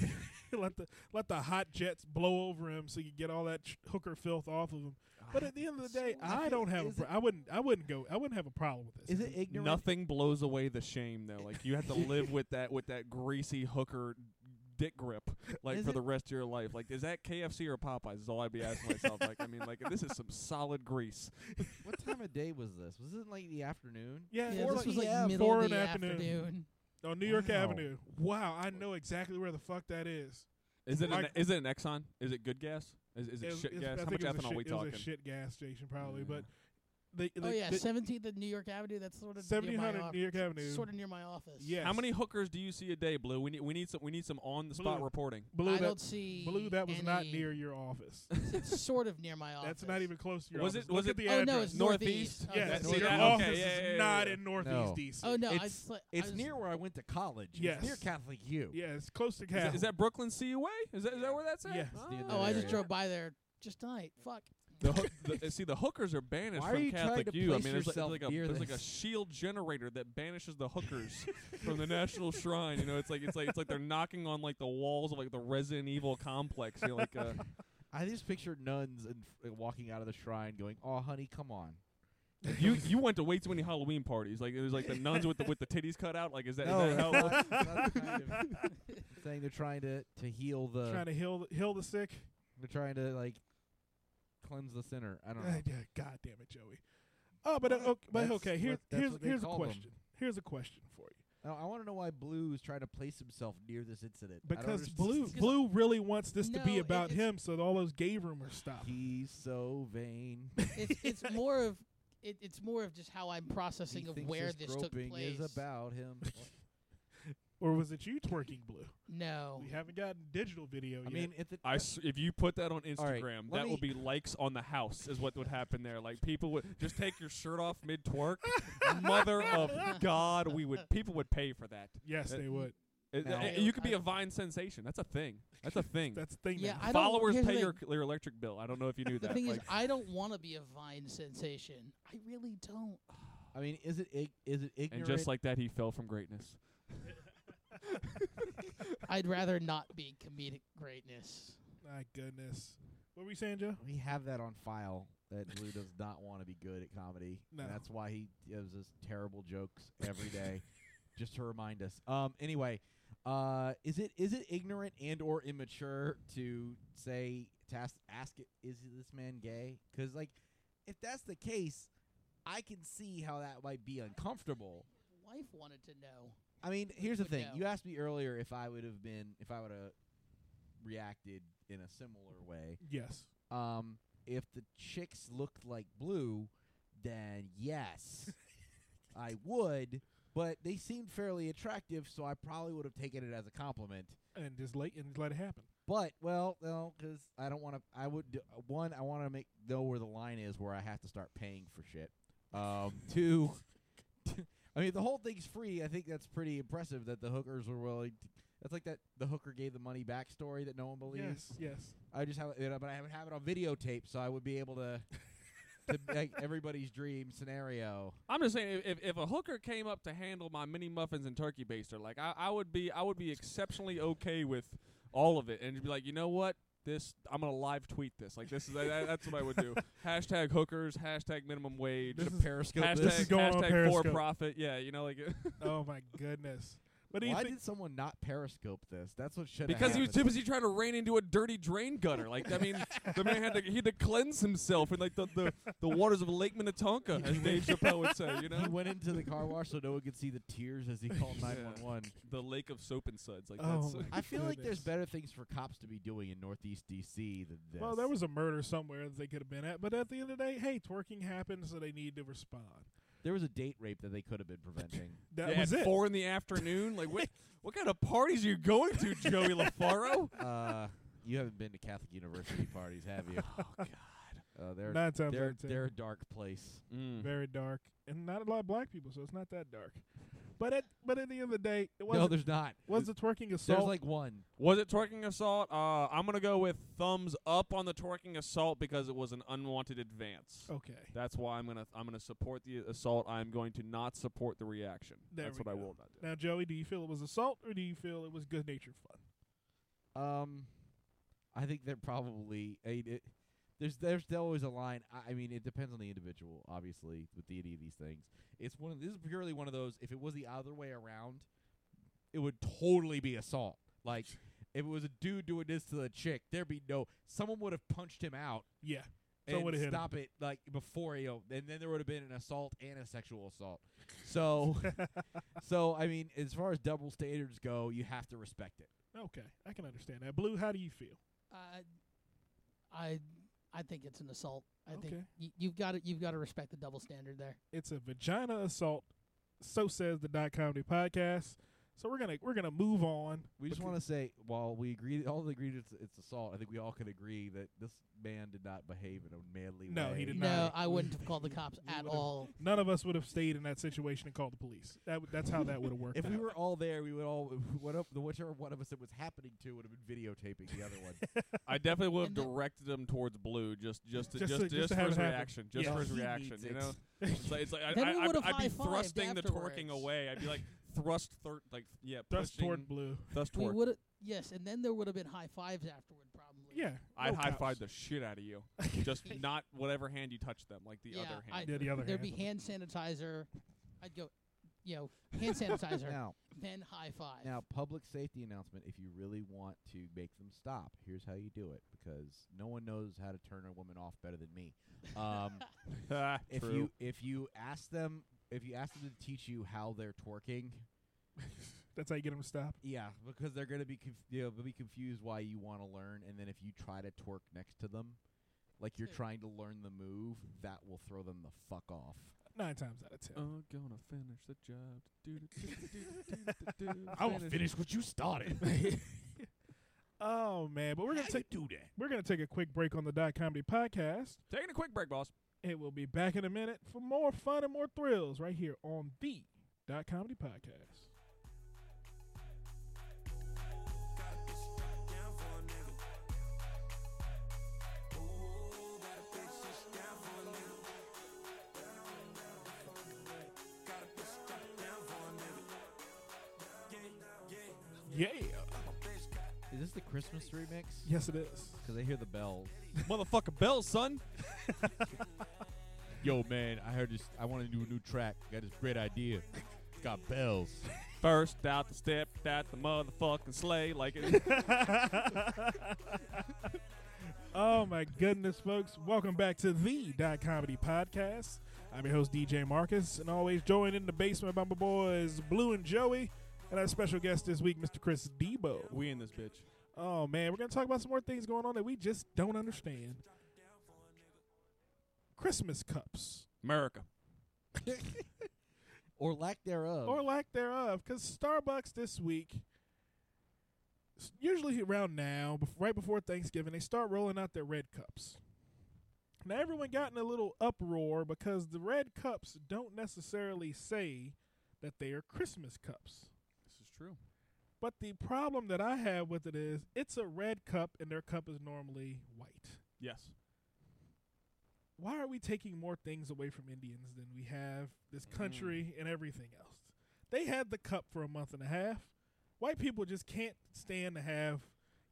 (laughs) let the let the hot jets blow over him so you get all that ch- hooker filth off of him. But at the end of the day, I feel- don't have a is pro- it- I wouldn't I wouldn't go I wouldn't have a problem with this. Is it ignorant? Nothing blows away the shame though. Like you (laughs) have to live with that with that greasy hooker dick grip like Is for it- the rest of your life. Like is that KFC or Popeyes? Is all I'd be asking myself. Like I mean, like this is some solid grease. What time of day was this? Was it in, like the afternoon? Yeah, Yeah, or this like was like yeah, middle four of in the the afternoon. afternoon. on New York Wow. Avenue. Wow, I know exactly where the fuck that is. Is it an, Like- is it an Exxon? Is it good gas? Is, is it was- shit it's- gas? I How much think it was a ethanol shit, we It talking? was a shit gas station probably, Yeah. but they, they, Oh yeah, they, seventeenth at New York Avenue. That's sort of near my 1700 office. New York Avenue. Sort of near my office. yes. How many hookers do you see a day, Blue? We need we need some we need some on the spot Blue. reporting. Blue I don't that, see. blue that was not any- near your (laughs) office. It's sort of near my office. That's not even close to your Was office. it- Look was at it- the Oh address. no, it's Northeast? northeast. Yeah, Okay. Yes, that's your okay, office yeah, is yeah, yeah, not yeah. in Northeast No. DC. Oh no, I It's- just, like- I It's was- near where I went to college. It's near Yes. Catholic U. Yeah, it's close to Is Cal. that, is that Brooklyn CUA? Is that is that where that's at? Yes. Dude, Ah. Oh, I Yeah. just drove by there just tonight. Fuck. The, hook the eh, see the hookers are banished Why are from you trying Catholic to U. I place mean, there's like, yourself like a near there's like a this? shield generator that banishes (laughs) the hookers from the national shrine. You know, it's like it's like it's like they're knocking on like the walls of like the Resident Evil complex. You know, like (laughs) uh, I just pictured nuns and f- uh, walking out of the shrine, going, "Oh, honey, come on." you you went to way too many Halloween parties. Like there's like the nuns with the with the titties cut out. Like is that, is that how? (laughs) that's not- that's not the kind (laughs) of- saying they're trying to to heal the. trying to heal the, heal the sick. they're trying to like cleanse the sinner. I don't know. Ah, yeah, God damn it, Joey. Oh, but uh, What? okay, but That's okay. Here, what- that's here's what they here's a call them. question. Here's a question for you. Now, I want to know why Blue is trying to place himself near this incident. I don't Because understand. Blue Because- Blue really wants this to No, be it- about it's- him, so that all those gay rumors stop. He's so vain. It's (laughs) it's more of it, it's more of just how I'm processing He of thinks where his this took groping place. is about him. (laughs) Oh, Or was it you twerking (laughs) Blue? No. We haven't gotten digital video Oh. I yet. mean, at the I s- if you put that on right, Instagram, let that me- will be likes on the house is what would happen there. Like people would just take your shirt off (laughs) mid twerk. Mother of God, we would people would pay for that. yes, uh, they would. It- Now- it- you could be a Vine sensation. That's a thing. (laughs) That's a mm. thing. That's the thing. Yeah, now. I don't, Followers here's the pay your, thing. your electric bill. I don't know if you knew The that. thing like, is, I don't want to be a Vine sensation. I really don't. I mean, is it ig- is it and ignorant? just like that, he fell from greatness. I'd rather not be comedic greatness. My goodness. What were you saying, Joe? we have that on file that Blue does not want to be good at comedy. No. And that's why he gives us terrible jokes every day, (laughs) just to remind us. Um. Anyway, uh, is it is it ignorant and or immature to say to ask, ask it, is this man gay? Because like, if that's the case, I can see how that might be uncomfortable. Wife wanted to know. I mean, here's the would thing. know. You asked me earlier if I would have been if I would have reacted in a similar way. Yes. Um, if the chicks looked like blue, then yes, I would. But they seemed fairly attractive, so I probably would have taken it as a compliment. And just let and let it happen. But well, no, 'cause I don't want to. I would do, one. I want to make know where the line is where I have to start paying for shit. Um, two. (laughs) I mean, if the whole thing's free. I think that's pretty impressive that the hookers were willing. To, that's like that the hooker gave the money back story that no one believes. Yes. Yes. I just have, it, but I would have it on videotape, so I would be able to (laughs) to like everybody's dream scenario. I'm just saying, if, if a hooker came up to handle my mini muffins and turkey baster, like I, I would be, I would be exceptionally okay with all of it, and be like, you know what, this, I'm gonna live tweet this. Like this is, that, that's what I (laughs) would do. hashtag hookers, hashtag minimum wage, This Should is- Periscope hashtag, this. is going on hashtag for Periscope. profit. Yeah, you know, like (laughs) oh (laughs) my goodness. But do you Why think, did someone not Periscope this? That's what should because he was too busy trying to rain into a dirty drain gutter. Like I mean, the man had to, he had to cleanse himself in like the the, the waters of Lake Minnetonka, as (laughs) Dave Chappelle would say. You know, He went into the car wash so no one could see the tears as he called (laughs) Yeah. 911. the lake of soap and suds. Like Oh that's. my I feel like Goodness. there's better things for cops to be doing in Northeast D.C. than this. well, there was a murder somewhere that they could have been at, but at the end of the day, hey, twerking happened, so they need to respond. there was a date rape that they could have been (laughs) preventing. That yeah, was at it. four in the afternoon. (laughs) Like what? what kind of parties are you going to, Joey LaFaro? uh, you haven't been to Catholic university parties, have (laughs) you? oh God. Uh, they're Nine times out they're of ten. they're a dark place. very dark, and not a lot of black people, so it's not that dark. But at but at the end of the day, it was no, there's not. was the twerking assault. there's like one. Was it twerking assault? Uh, I'm gonna go with thumbs up on the twerking assault because it was an unwanted advance. okay, That's why I'm gonna I'm gonna support the assault. I'm going to not support the reaction. There That's we what I go. will not do. now Joey, do you feel it was assault or do you feel it was good natured fun? Um, I think they're probably. I mean, it, there's there's always a line. I, I mean, it depends on the individual, obviously, with the, any of these things. It's one. Of, this is purely one of those. If it was the other way around, it would totally be assault. Like, if it was a dude doing this to the chick, there'd be no. Someone would have punched him out. Yeah, So and would've hit him. stop it like before you know, and then there would have been an assault and a sexual assault. So, so I mean, as far as double standards go, you have to respect it. (laughs) okay, I can understand that. Blue, how do you feel? I, Uh, I, I think it's an assault. I think Okay. y- you've got to you've got to respect the double standard there. It's a vagina assault. So says the dot comedy podcast. So we're gonna we're gonna move on. We just Becau- want to say, while we agree, all agreed it's, it's assault. I think we all can agree that this man did not behave in a manly way. No, he did No, not. I (laughs) wouldn't have called the cops at would've- all. None of us would have stayed in that situation and called the police. That w- that's how that would have worked. If we out. were all there, we would all (laughs) what up the whichever one of us it was happening to would have been videotaping the other one. I definitely would have And then- directed him towards blue just just to, Just just to- just, just to for have his it happen. reaction, just Yeah. for (laughs) his He reaction. needs You it. know, it's like, it's like I, Then we I, I'd, would've I'd be high-fived thrusting the twerking afterwards. away. I'd be (laughs) like thrust third, like yeah, thrust pushing, toward blue. thrust We toward. would have yes, and then there would have been high fives afterward, probably. Yeah, I'd no high cops. five the shit out of (laughs) you. Just not whatever hand you touch them, like the Yeah, other I- hand. Yeah, the other There'd be hand. hand sanitizer. I'd go, you know, (laughs) hand sanitizer, now, then high five. now, public safety announcement. If you really want to make them stop, here's how you do it because no one knows how to turn a woman off better than me. (laughs) Um, (laughs) Ah, if true. you if you ask them if you ask them to teach you how they're twerking, That's how you get them to stop. Yeah, because they're gonna be conf- you know, they'll be confused why you want to learn, and then if you try to twerk next to them, like you're Dude. trying to learn the move, that will throw them the fuck off. Nine times out of ten. I'm gonna finish the job. Do, do, do, do, do, (laughs) do, do, what you (laughs) started. Oh man, but we're gonna take do that. we're gonna take a quick break on the Dot Comedy Podcast, Taking a quick break, boss. and we'll be back in a minute for more fun and more thrills right here on the Dot Comedy Podcast. Yeah, Is this the Christmas remix? yes it is. Because I hear the bells. Motherfucker bell, son. Yo, man, I heard this. I want to do a new track. Got this great idea. Got bells. First out the step, out the motherfucking sleigh. Like it, (laughs) Oh my goodness, folks. Welcome back to the Dot Comedy Podcast. I'm your host, DJ Marcus, and always joined in the basement by my boys, Blue and Joey, and our special guest this week, Mr. Chris Debo. we in this bitch. Oh man, we're going to talk about some more things going on that we just don't understand. Christmas cups, America. Or lack thereof. or lack thereof, because Starbucks this week, s- usually around now, bef- right before Thanksgiving, they start rolling out their red cups. Now everyone got in a little uproar because the red cups don't necessarily say that they are Christmas cups. This is true. But the problem that I have with it is it's a red cup and their cup is normally white. Yes. why are we taking more things away from Indians than we have this country and everything else? They had the cup for a month and a half. White people just can't stand to have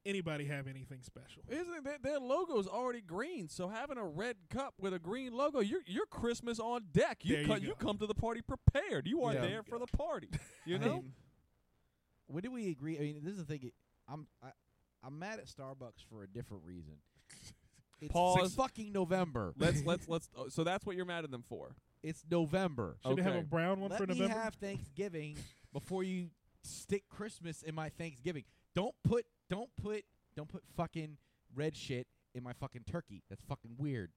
anybody have anything special. Isn't it that their logo's already green? So having a red cup with a green logo, you're you're Christmas on deck. You There you co- go. you come to the party prepared. You are Yeah. there for the party. You I know? mean, What do we agree? I mean, this is the thing. it- I'm I, I'm mad at Starbucks for a different reason. It's Pause. fucking November. let's let's let's. oh, so that's what you're mad at them for. It's November. Should they have a okay. brown Oh, one for Let me November? have Thanksgiving before you stick Christmas in my Thanksgiving. Don't put don't put don't put fucking red shit in my fucking turkey. That's fucking weird.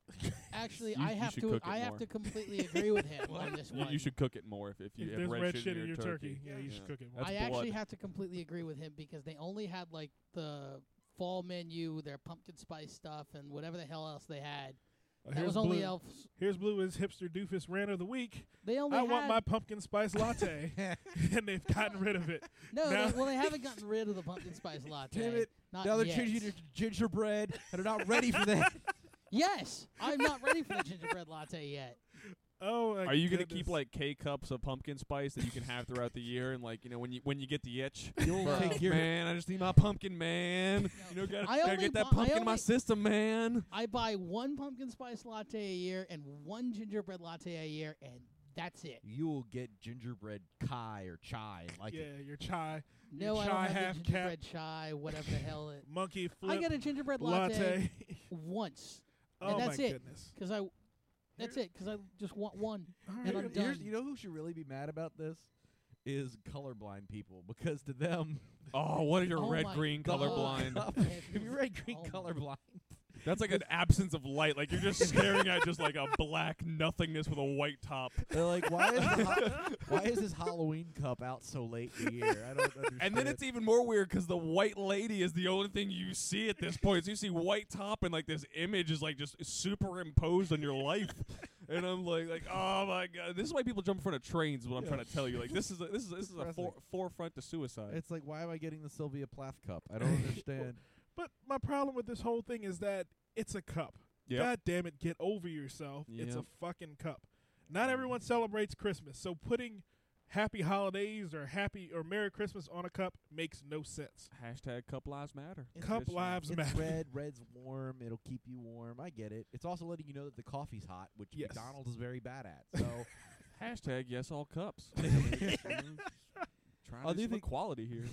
Actually, You- I you have should to. cook it I have more. to completely agree with him (laughs) on this You, one. you should cook it more if if you if have there's red, shit in your turkey, yeah, you Yeah. should cook it. That's I actually blood. have to completely agree with him because they only had like the fall menu, their pumpkin spice stuff, and whatever the hell else they had. Uh, that here's was only blue. else. Here's blue is hipster doofus rant of the week. They only I had want my pumpkin spice (laughs) latte, (laughs) and they've gotten rid of it. no. now- They, well, they haven't gotten rid of the pumpkin spice latte. Damn it. Not now they're yet. changing it to gingerbread, and they're not ready (laughs) for that. (laughs) Yes, I'm not ready for the gingerbread latte yet. Oh, my Are you gonna goodness. keep like K cups of pumpkin spice that you can have throughout the year and like you know when you when you get the itch? You'll Bro. (laughs) take your man, I just need my pumpkin, man. You (laughs) know, gotta, I gotta only get that bu- I pumpkin in my only- system, man. I buy one pumpkin spice latte a year and one gingerbread latte a year, and that's it. you'll get gingerbread kai or chai and like yeah, it. your chai No, I don't chai have half the cap. gingerbread chai, whatever the hell it. monkey (laughs) flip I get a gingerbread latte? latte (laughs) once. oh that's my it. goodness! 'Cause I. That's it, 'cause I just want one. All And right. I'm Here's- done. you know who should really be mad about this is colorblind people because to (laughs) them Oh, what are your Oh red my green God. colorblind? (laughs) Have you read Green Oh my- Colorblind? That's like an absence of light. Like you're just staring at just like a black nothingness with a white top. (laughs) They're like, why is the (laughs) ho- why is this Halloween cup out so late in the year? I don't (laughs) understand. And then it's even more weird because the white lady is the only thing you see at this point. So you see white top and like this image is like just superimposed on your life. And I'm like, like, oh my god, this is why people jump in front of trains. Is what I'm trying to tell you. Like this is a, this is this is a for, forefront to suicide. e-, it's like, why am I getting the Sylvia Plath cup? I (laughs) don't understand. But my problem with this whole thing is that it's a cup. Yep. God damn it, get over yourself. It's a Yep. fucking cup. Not everyone celebrates Christmas, so putting happy holidays or happy or Merry Christmas on a cup makes no sense. (laughs) Hashtag cup lives matter. It's Cup Tradition. lives it's matter. red. Red's warm. It'll keep you warm. I get it. It's also letting you know that the coffee's hot, which Yes. McDonald's is very bad (laughs) at. So Hashtag yes all cups. Mhm. Trying Oh, to do you do some think- equality here.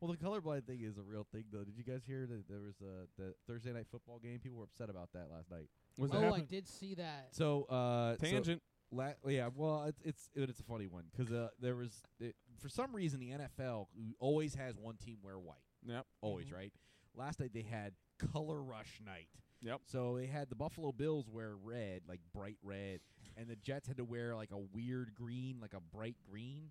Well, the colorblind thing is a real thing, though. Did you guys hear that there was a the Thursday night football game? People were upset about that last night. Was oh, that I did see that. So, uh, so- tangent? la- yeah, well, it's it's it- it's a funny one because uh, there was it, for some reason the NFL always has one team wear white, yep. Mm-hmm. always right. Last night they had color rush night. Yep. So they had the Buffalo Bills wear red, like bright red, and the Jets had to wear like a weird green, like a bright green.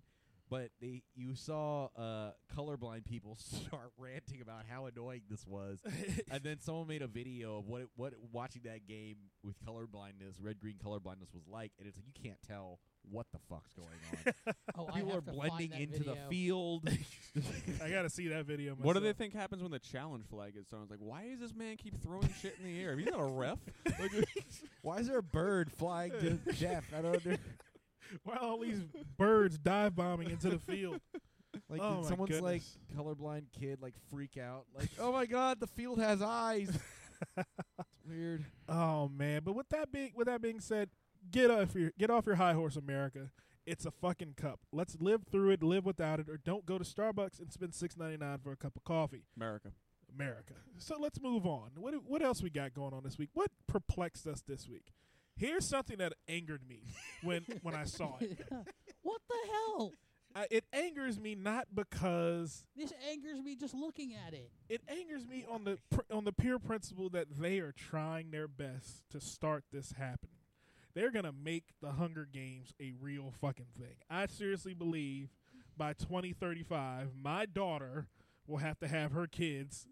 But they, you saw uh, colorblind people (laughs) start ranting about how annoying this was, and then someone made a video of what it, what it- watching that game with colorblindness, red green colorblindness was like, and it's like you can't tell what the fuck's going (laughs) on. oh, I people have are to blending find that into video. the (laughs) field. I gotta see that video. Myself. What do they think happens when the challenge flag is thrown? It's like, why does this man keep throwing shit in the air? Have you got (laughs) a ref? Like, Why is there a bird flying (laughs) to Jeff? I don't under- Why are all these birds dive bombing into the field? Like Oh did my someone's like goodness. colorblind kid like freak (laughs) out like oh my god the field has eyes. (laughs) it's weird. Oh man! But with that being with that being said, get off your get off your high horse, America. It's a fucking cup. Let's live through it, live without it, or don't go to Starbucks and spend six ninety nine for a cup of coffee, (laughs) America. America. So let's move on. What do- what else we got going on this week? What perplexed us this week? Here's something that angered me when when I saw (laughs) it. what the hell? I, it angers me not because This angers me just looking at it. it angers me on the pr- on the pure principle that they are trying their best to start this happening. They're gonna make the Hunger Games a real fucking thing. I seriously believe by 2035, my daughter will have to have her kids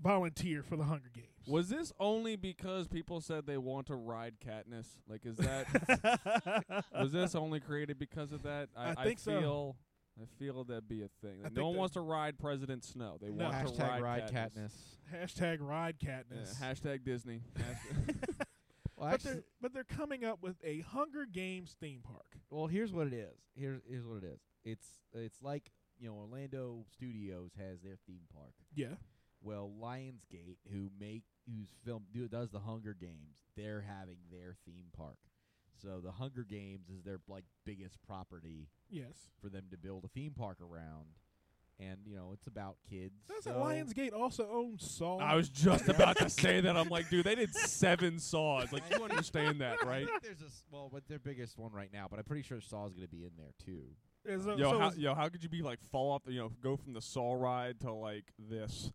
volunteer for the Hunger Games. (laughs) Was this only because people said they want to ride Katniss? Like, (laughs) is that was this only created because of that? I, I think so. feel, I feel that'd be a thing. Like, think no one that- wants to ride President Snow. They No. want to ride, Katniss. Hashtag ride Yeah, Katniss. (laughs) hashtag Disney. Hashtag- Well, but actually, they're but they're coming up with a Hunger Games theme park. well, here's what it is. Here's here's what it is. It's it's like you know Orlando Studios has their theme park. Yeah. Well, Lionsgate, who make whose film do, does the Hunger Games, they're having their theme park. So the Hunger Games is their like biggest property Yes. for them to build a theme park around, and you know it's about kids. Doesn't so Lionsgate also own Saw? I was just about to say that. I'm like, dude, they did seven saws. Like, you understand that, I right? think there's a s- well, but their biggest one right now. But I'm pretty sure Saw's going to be in there too. Is a- Yo, so how, is- yo, how could you be like fall off? the- You know, go from the saw ride to like this,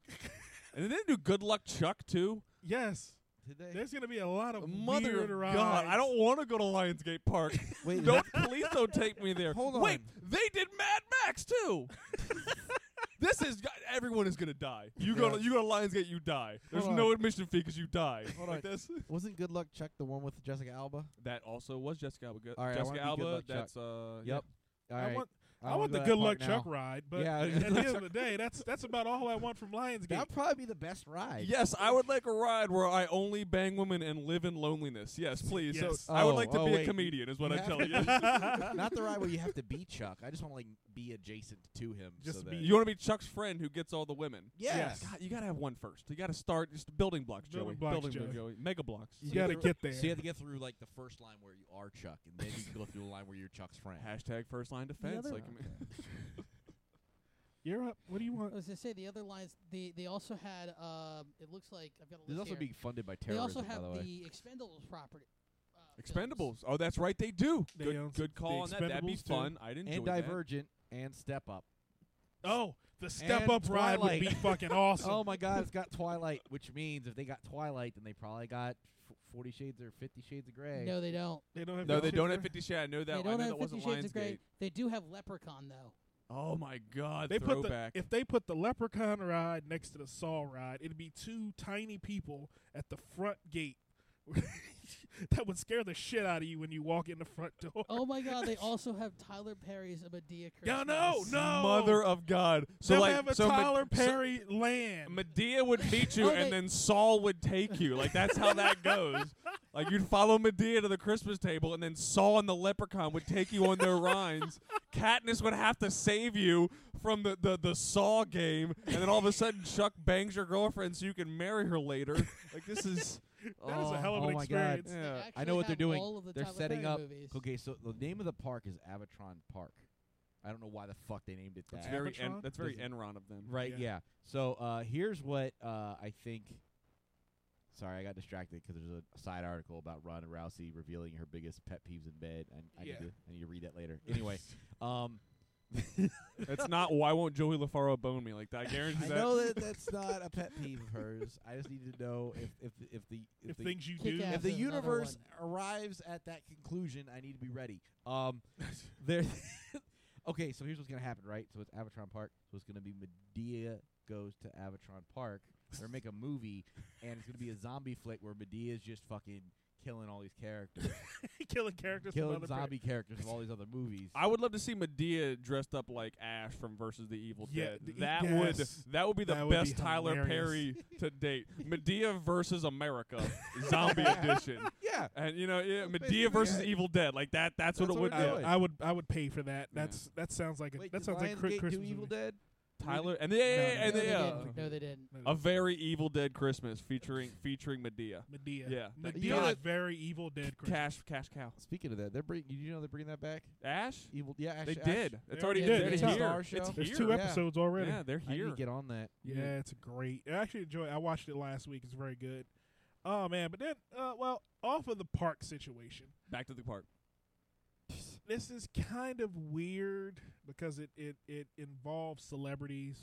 and then they do Good Luck Chuck too. yes. Did they? (laughs) There's gonna be a lot of Mother weird of rides. God, I don't want to go to Lionsgate Park. Wait, don't please don't take me there. Hold Wait, on. they did Mad Max too. this is everyone is gonna die. You go Yeah. to you go to Lionsgate, you die. There's Hold no on. admission fee because you die. Hold like on. (laughs) This. wasn't Good Luck Chuck the one with Jessica Alba? That also was Jessica Alba. Good- All right, I wanna Jessica be Good Alba. Luck Chuck. That's uh. Yep. All I right. want I I wanna want go the to Good that Luck park Chuck now. ride, but Yeah, at the (laughs) end of the day, that's that's about all I want from (laughs) Lionsgate. That'd probably be the best ride. Yes, I would like a ride where I only bang women and live in loneliness. Yes, please. Yes. So I would Oh, like to oh, be wait. a comedian, is what You I'm have telling you. (laughs) to be- Not the ride where you have to be Chuck. I just want to like be adjacent to him. Just so be- that You want to be Chuck's friend who gets all the women. yes. Yes. God, you gotta have one first. You gotta start just building blocks, Building Joey. blocks, building blocks, Joey. Joey. Mega blocks. you So gotta have to- get there. So you have to get through like the first line where you are Chuck, and then you can go through the line where you're Chuck's friend. Hashtag first line defense. other- Like, I mean- (laughs) You're up. What do you I (laughs) want? was gonna say the other lines. They they also had. Um, it looks like I've got a list This is also here. being funded by they terrorism, also have by the way. Expendables property. Uh, films. Expendables. Oh, that's right. They do. They own good, s- good the call on that. That'd be Expendables too. fun. I'd enjoy and that. Divergent and Step (laughs) Up. Oh, the step And up ride would be Twilight. (laughs) fucking awesome. Oh my God, it's got Twilight, which means if they got Twilight, then they probably got f- Forty Shades or Fifty Shades of Grey. No, they don't. They don't have No, that they shit don't for- have Fifty Shades. I know that. they I don't know have that wasn't Shades of Grey. Lionsgate. They do have Leprechaun though. Oh my God! They put the, throwback. if they put the leprechaun ride next to the saw ride, it'd be two tiny people at the front gate (laughs) that would scare the shit out of you when you walk in the front door. Oh my (laughs) God! They also have Tyler Perry's A Medea Christmas. Yeah, no, no. Mother of God! So They'll like, have a so Ma- Tyler so- Perry land. Medea would meet you, Oh, wait. and then Saul would take you. Like that's how that goes. Like you'd follow Medea to the Christmas table, and then Saul and the Leprechaun would take you on their rides. Katniss would have to save you from the, the, the Saw game, and then all of a sudden Chuck bangs your girlfriend so you can marry her later. Like this is (laughs) That is a hell of oh an my God. experience. They yeah. I know actually what they're have doing. all of the They're Tyler setting Perry up- Movies. Okay, so the name of the park is Avatron Park. I don't know why the fuck they named it that. that's very en- Avatron? that's very Doesn't- Enron of them. Right. Yeah. Yeah. So uh, here's what uh, I think. Sorry, I got distracted because there's a side article about Ronda Rousey revealing her biggest pet peeves in bed, and I, Yeah. need, to, I need to read that later. (laughs) (laughs) Anyway, um, That's not why won't Joey LaFaro bone me? Like I guarantee I that. know that that's not a pet peeve of hers. I just need to know if if if the if if, the, things you Kick do, ass. if the That's another universe arrives at that conclusion, I need to be ready. Um, (laughs) there. (laughs) okay, so here's what's gonna happen, right? So it's Avatron Park. So it's gonna be Medea goes to Avatron Park. They're gonna make a movie, and it's gonna be a zombie flick where Medea's just fucking killing all these characters, killing characters, from killing other zombie characters from all these other movies. I would love to see Medea dressed up like Ash from versus the Evil Yeah, Dead. the- that yes. would that would be the That would be best Tyler hilarious. Perry to date. Medea versus America, zombie edition. yeah, And you know, yeah, That's Medea basically versus it. Evil Dead. Like that. That's That's, what it what would we're be. doing. I, I would I would pay for that. Yeah. That's that sounds like a, Wait, that did sounds like Lionsgate cri- Christmas do Evil movie. Dead. Tyler and yeah, yeah, yeah, No, and they yeah, didn't. No, they didn't. a very Evil Dead Christmas featuring featuring Medea. Medea. Yeah. Medea You know is that- very evil dead. Christmas. Cash cash cow. Speaking of that, they're bringing. You know they're bringing that back. Ash. Evil. Yeah, Ash, They Ash- did. It's They already, already it's did. It's already a star here. show. It's There's here. two Yeah. episodes already. Yeah, they're I need here. to get on that. Yeah, it's great. I actually enjoy. I watched it last week. It's very good. Oh man, but then uh, well, off of the park situation, Back to the park. this is kind of weird because it it it involves celebrities,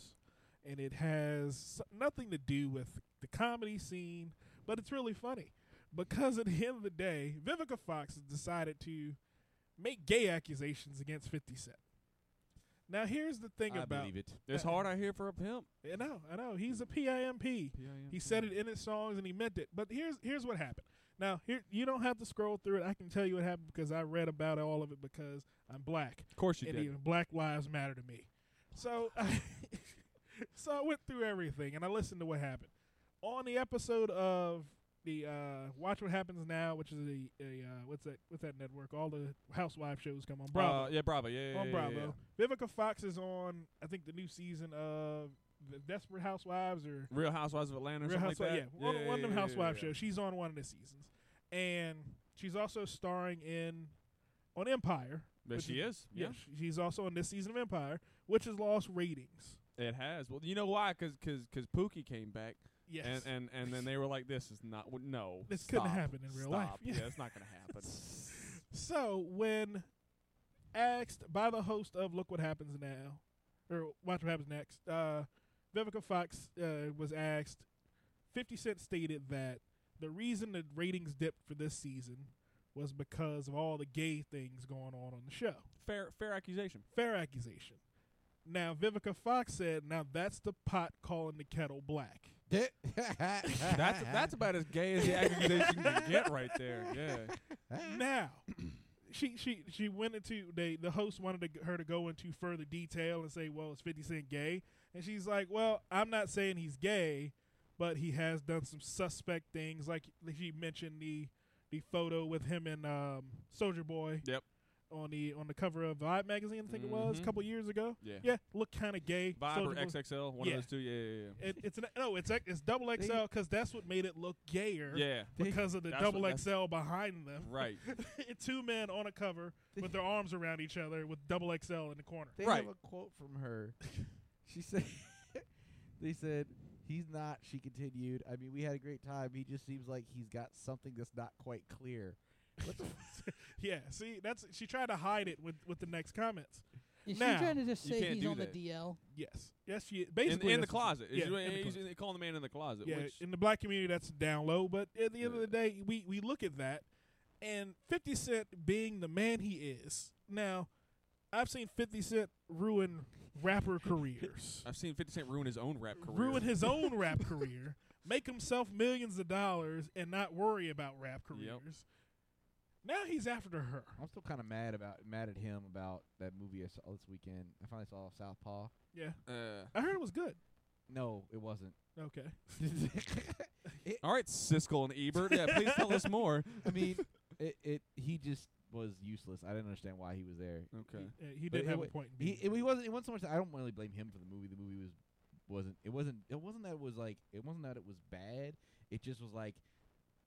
and it has s- nothing to do with the comedy scene, but it's really funny because at the end of the day, Vivica Fox has decided to make gay accusations against Fifty Cent. Now here's the thing I about believe it. It's hard out here for a pimp. I know I know he's a PIMP. He said it in his songs and he meant it. But here's here's what happened. Now here you don't have to scroll through it. I can tell you what happened because I read about all of it because I'm black Of course you and did. even Black Lives Matter to me. So (laughs) I so I went through everything and I listened to what happened on the episode of the uh, Watch What Happens Now, which is the a, uh, what's that what's that network? All the housewife shows come on Bravo. Uh, yeah, Bravo. Yeah, yeah, on yeah, Bravo. yeah, yeah. Vivica Fox is on. I think the new season of the Desperate Housewives or Real Housewives of Atlanta. Or Real something Housewives. Like that. Yeah, one, one of them yeah, Housewives yeah. shows. She's on one of the seasons, and she's also starring in on Empire. But which she is. Yeah. Yeah, sh- she's also on this season of Empire, which has lost ratings. It has. Well, you know why? Because because because Pookie came back, Yes, and, and and then they were like, "This is not. w- No, This couldn't stop, happen in real life." stop. Yeah. Yeah, (laughs) it's not gonna happen. So when asked by the host of Look What Happens Now, or Watch What Happens Next, uh, Vivica Fox uh, was asked. Fifty Cent stated that the reason the ratings dipped for this season was because of all the gay things going on on the show. fair fair (laughs) accusation. Fair accusation. Now Vivica Fox said, "Now that's the pot calling the kettle black." (laughs) That's that's about as (laughs) gay as the accusation can get right there. Yeah. now she she she went into they the host wanted to, g- her to go into further detail and say well is 50 cent gay and she's like well i'm not saying he's gay but he has done some suspect things like she mentioned the the photo with him and um soldier boy Yep. on the on the cover of vibe magazine i think it was a Mhm. couple years ago Yeah. yeah looked kind of gay Vibe Soulja or Boy- XXL, one Yeah. of those two. Yeah, yeah, it, it's an, no it's ex- it's double xl because that's what made it look gayer yeah. Yeah. because of the That's what- double that's- xl behind them Right. (laughs) two men on a cover with their arms around each other with double XL in the corner. They Right. have a quote from her. (laughs) She said, (laughs) "They said he's not." She continued, "I mean, we had a great time. He just seems like he's got something that's not quite clear." What the Yeah, see, that's she tried to hide it with with the next comments. Is Now, she trying to just you say can't he's do on that. the DL? Yes, yes, she In, basically in the that's what she- closet. Is Yeah, you- in the he's closet. calling the man in the closet. yeah, which, in the black community that's down low. But at the end of the day, we we look at that, and Fifty Cent being the man he is now. I've seen Fifty Cent ruin rapper careers, I've seen 50 Cent ruin his own rap career. ruin his (laughs) own rap career, make himself millions of dollars, and not worry about rap careers. Yep. Now he's after her. I'm still kind of mad about mad at him about that movie I saw this weekend. I finally saw Southpaw. Yeah, Uh, I heard it was good. No, it wasn't. (laughs) Okay. (laughs) all right, Siskel and Ebert. Yeah, please tell (laughs) us more. I mean, it, it he just was useless. I didn't understand why he was there. Okay. Uh, he But did it have a wa- point. In He being it, he wasn't. It wasn't so much. That I don't really blame him for the movie. The movie was wasn't. It wasn't. It wasn't that it was like. It wasn't that it was bad. It just was like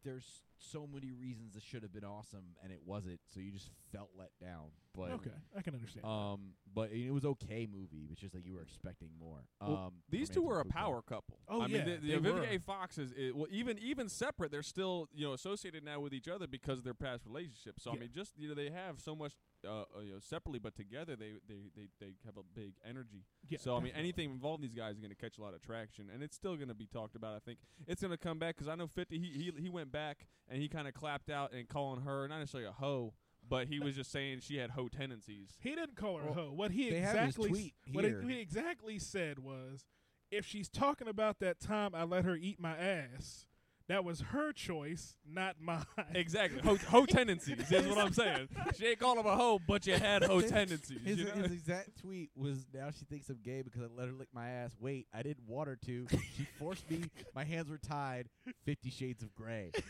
there's so many reasons this should have been awesome and it wasn't. So you just felt let down. But okay, I can understand. Um, but it was okay movie. It's just like you were expecting more. Well, um, These from two Anthony were a Fuqua. power couple. Oh, I yeah, mean, the, the they Vivica were. A. Fox is, i- well, even even separate, they're still you know associated now with each other because of their past relationships. So Yeah. I mean, just you know, they have so much uh, uh, you know separately, but together they they they, they have a big energy. yeah, so I mean, definitely. anything involving these guys is going to catch a lot of traction, and it's still going to be talked about. I think it's going to come back because I know Fifty. He he he went back and he kind of clapped out and calling her not necessarily a hoe, but he was just saying she had hoe tendencies. he didn't call her a Well, hoe. What he they have his exactly s- tweet what he, here. he exactly said was, if she's talking about that time I let her eat my ass, that was her choice, not mine. Exactly. Ho, ho tendencies is what I'm saying. She ain't call him a hoe, but you had ho tendencies. His, you know? his exact tweet was, "Now she thinks I'm gay because I let her lick my ass. Wait, I didn't want her to. She forced (laughs) me. My hands were tied. Fifty Shades of Gray. (laughs)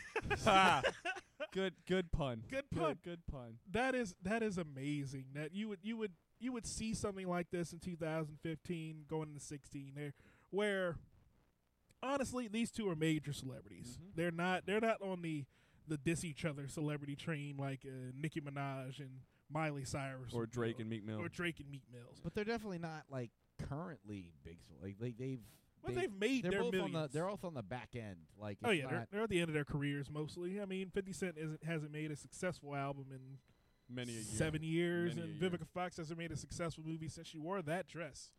Ah. good good pun. (laughs) Good pun. Good, pun. That is that is amazing. That you would you would you would see something like this in 2015 going into 16 there, where honestly these two are major celebrities. Mhm. They're not they're not on the the diss each other celebrity train like uh, Nicki Minaj and Miley Cyrus Or Drake and Meek Mill. or Drake and Meat Mills. But they're definitely not like currently big. cel- Like like they've. Well, they've made they're their both millions. on the. They're both on the back end. Like oh it's yeah, (laughs) they're, not- they're at the end of their careers mostly. I mean, Fifty Cent isn't, hasn't made a successful album in Many a year. seven years, Many a and year. Vivica Fox hasn't made a successful movie since she wore that dress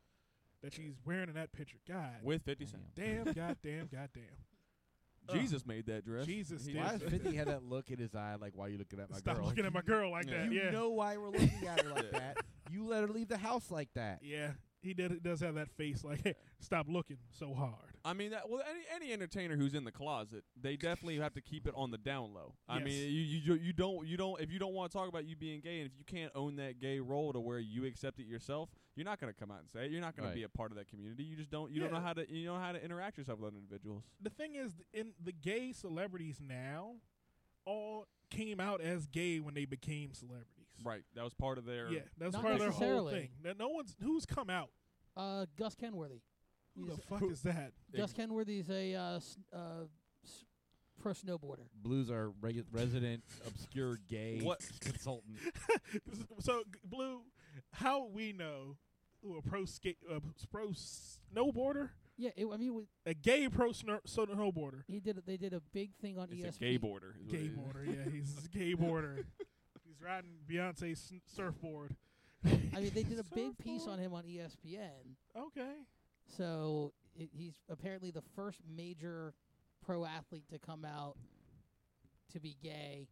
that she's wearing in that picture. God With 50 Cent. damn, goddamn, goddamn. (laughs) Ugh. Jesus made that dress. Jesus He- did. Why does (laughs) Fifty had that look in his eye? Like why are you looking at my Stop girl? looking at my girl like Yeah. that. (laughs) You yeah, know why we're looking at her (laughs) like that. You let her leave the house like that. yeah. He did, does have that face like, hey, stop looking so hard. I mean that well any any entertainer who's in the closet, they definitely have to keep it on the down low. I Yes. mean you, you you- you don't you don't if you don't want to talk about you being gay and if you can't own that gay role to where you accept it yourself, you're not going to come out and say it. You're not going Right. to be a part of that community. You just don't. You don't Yeah. know how to. You know how to interact yourself with other individuals. the thing is, th- in the gay celebrities now, all came out as gay when they became celebrities. Right. That was part of their. Yeah, that's Not part of their whole necessarily. thing. Now, no one's who's come out. Uh, Gus Kenworthy. Who He's the a- fuck is that? Gus Kenworthy's a uh, s- uh, s- pro snowboarder. Blues are regu- resident obscure gay What- consultant. (laughs) so G- blue, how we know who a pro skate, a pro snowboarder, Yeah, it, I mean, it was, a gay pro snow, snowboarder, he did. A, they did a big thing on E It's ESPN. a gay border. is what it gay is. boarder. (laughs) Yeah, he's a gay boarder. He's riding Beyonce's sn- surfboard. I mean, (laughs) they did a big piece on him on E ESPN. Okay. So it, he's apparently the first major pro athlete to come out to be gay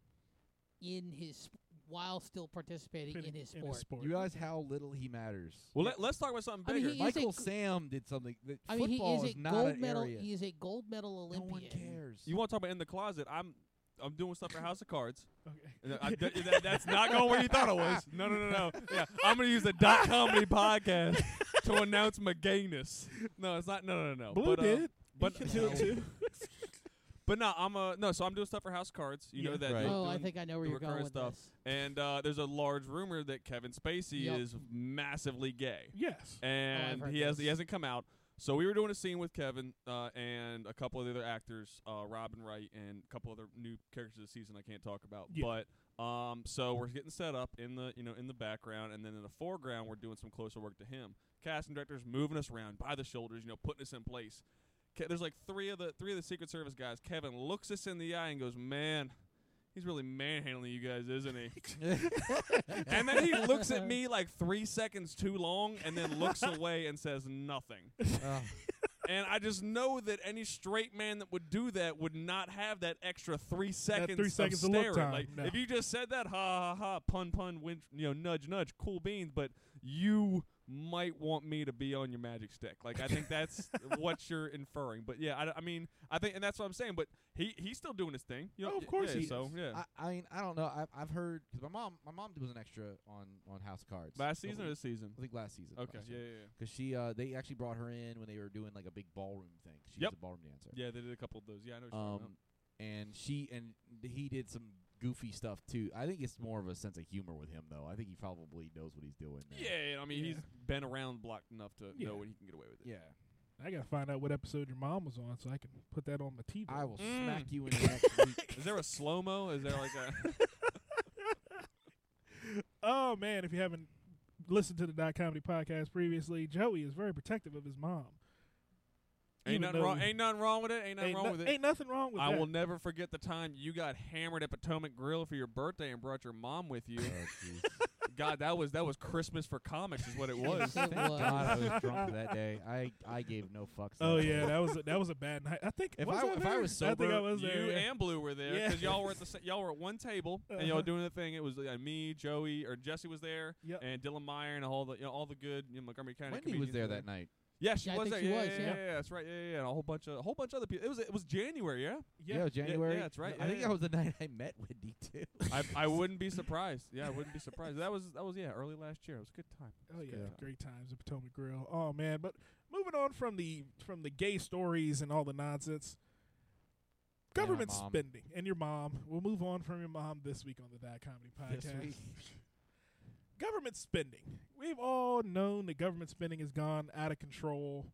in his sp- while still participating in his sport. (laughs) You realize how little he matters. Well, let, let's talk about something I mean, bigger. he- He's a Michael g- Sam did something. That I mean, he football is is, a not gold an medal. area. He is a gold medal Olympian. No one cares. (laughs) you want to talk about in the closet? I'm. I'm doing stuff for House of (laughs) Cards. And (laughs) I- okay. Ah, that- that- that's not going where you thought it was. No, no, no, (laughs) no. Yeah, I'm gonna use the dot comedy podcast to announce my gayness. No, it's not. No, no, no. no. blue but, uh, did. but he can do it too. But no, I'm a no. So I'm doing stuff for House of Cards. You Yeah. know that. Right. they're Oh, I doing- think I know where the you're going recurrent with stuff. this. And uh, there's a large rumor that Kevin Spacey Yep. is massively gay, Yes. and heard he has he this. hasn't come out. So we were doing a scene with Kevin uh, and a couple of the other actors, uh, Robin Wright, and a couple other new characters this season I can't talk about. Yeah. But um, so we're getting set up in the you know in the background, and then in the foreground we're doing some closer work to him. Casting directors moving us around by the shoulders, you know, putting us in place. Ke- there's like three of the three of the Secret Service guys. Kevin looks us in the eye and goes, "Man, he's really manhandling you guys, isn't he?" (laughs) and then he looks at me like three seconds too long, and (laughs) then looks away and says nothing. (laughs) Uh, And I just know that any straight man that would do that would not have that extra three seconds, three seconds of of look staring. time, Like no. if you just said that, ha ha ha, pun pun, win, you know, nudge nudge, cool beans. But you might want me to be on your magic stick. Like I think (laughs) that's what you're inferring. But yeah, I, d- I mean, I think, and that's what I'm saying. But he he's still doing his thing. You know, Oh, of course yeah, he So is. yeah, I, I mean, I don't know. I've, I've heard because my mom, my mom was an extra on on House of Cards last So season we- or this season? I think last season. Okay, yeah, yeah, yeah. Because she, uh, they actually brought her in when they were doing like a big ballroom thing. She Yep. was a ballroom dancer. Yeah, they did a couple of those. Yeah, I know. What you're talking Um, and she and he did some goofy stuff too. I think it's more of a sense of humor with him though. I think he probably knows what he's doing. now. about. yeah, I mean, Yeah. he's been around the block enough to Yeah. know when he can get away with it. Yeah. I gotta find out what episode your mom was on so I can put that on my TV. I will Mm. smack (laughs) you in the next week. Is there a slow mo? Is there like a? Oh man, if you haven't listened to the Dot Comedy podcast previously, Joey is very protective of his mom. ain't Even nothing though- wrong. Ain't nothing wrong with it. Ain't nothing ain't wrong no- with it. Ain't nothing wrong with I that. will never forget the time you got hammered at Potomac Grill for your birthday and brought your mom (laughs) with (laughs) you. Oh, jeez. God, that was that was Christmas for comics, is what it (laughs) (laughs) was. Yes, it Thank God I was. was drunk for that day. I I gave no fucks. oh that yeah, day. that was a, that was a bad night. I think If was I- if I there? was I think I sober, was you there. yeah. and Blue were there Yeah. because y'all were at the sa- y'all were at one table and y'all Uh-huh. were doing the thing. It was like me, Joey, or Jesse was there, Yep. and Dylan Meyer, and all the you know all the good you know, Montgomery County. Wendy was comedians there were that night. Yeah, she Yeah, I was think there. she yeah, was, yeah, yeah. yeah, that's right. Yeah, yeah, yeah, and a whole bunch of a whole bunch of other people. It was it was January, yeah. Yeah, January. that's right, I think yeah. that was the (laughs) night I met Wendy (laughs) too. I I wouldn't be surprised. Yeah, I wouldn't be surprised. That was that was yeah, early last year. It was a good time. Oh yeah, good. great times at Potomac Grill. Oh man, but moving on from the from the gay stories and all the nonsense, my government mom. spending and your mom. We'll move on from your mom this week on the That Comedy This Podcast. week. Government spending. We've all known that government spending has gone out of control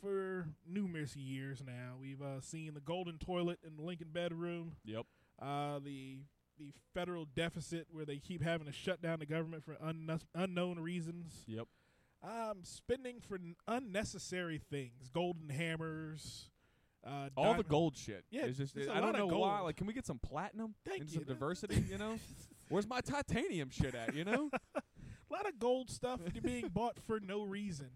for numerous years now. We've uh, seen the golden toilet in the Lincoln bedroom. Yep. Uh, the the federal deficit where they keep having to shut down the government for unno- unknown reasons. Yep. Um, spending for n- unnecessary things, golden hammers, uh, All diamond- the gold shit. Yeah, it's just there's a I lot don't of know why. gold. Like, can we get some platinum Thank and you. some diversity? You know, where's my titanium shit at? You know, (laughs) A lot of gold stuff (laughs) being bought for no reason.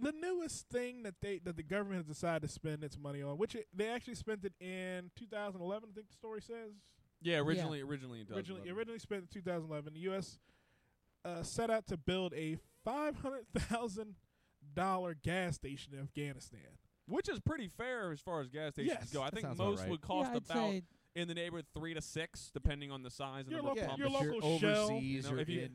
The newest thing that they that the government has decided to spend its money on, which it, they actually spent it in 2011, I think the story says. yeah. Originally, originally, in Originally, 2011. originally spent in 2011, the U.S. Uh, set out to build a five hundred thousand dollar gas station in Afghanistan. which is pretty fair as far as gas stations Yes. go. I That think sounds most alright. would cost yeah, I'd about say in the neighborhood three to six, depending on the size and Your number local- of pumps. your but local you're shell, overseas, you know, you're if you- in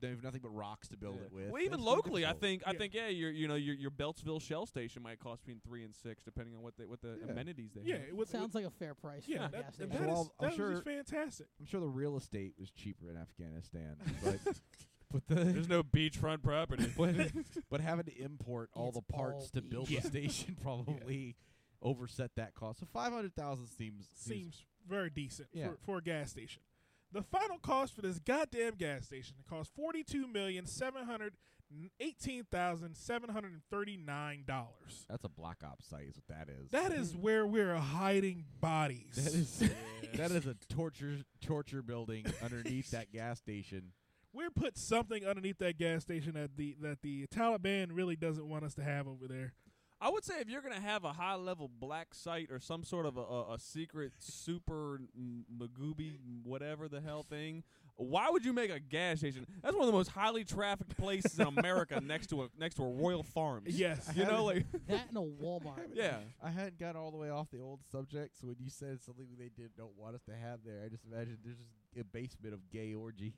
they have nothing but rocks to build Yeah. it with. Well, even That's no locally, I difficult. think I Yeah. think yeah, your you know your your Beltsville Shell Station might cost between three and six, depending on what they what the Yeah. amenities they Yeah, have. it would Sounds like a fair price. for Yeah, that, a gas and station. that Well, is- I'm that was sure- just fantastic. I'm sure the real estate was cheaper in (laughs) Afghanistan, but but the (laughs) There's no beachfront property. (laughs) but, but having to import all It's the parts all to beef. build Yeah. the (laughs) station probably overset that cost. So five hundred thousand seems Seems very decent Yeah. for, for a gas station. The final cost for this goddamn gas station cost forty two million seven hundred eighteen thousand seven hundred and thirty nine dollars. that's a black ops site is what that is. That is where we're hiding bodies. that is (laughs) that is a torture torture building underneath that gas station. we're put something underneath that gas station that the that the Taliban really doesn't want us to have over there. (laughs) I would say if you're gonna have a high level black site or some sort of a, a, a secret super m- magooby whatever the hell thing, why would you make a gas station? That's one of the most highly trafficked places in (laughs) America next to a next to a Royal Farms. Yes, you know like that and (laughs) a Walmart. yeah. I hadn't gotten all the way off the old subject, so when you said something they did don't want us to have there, I just imagined there's just a basement of (laughs) gay orgies.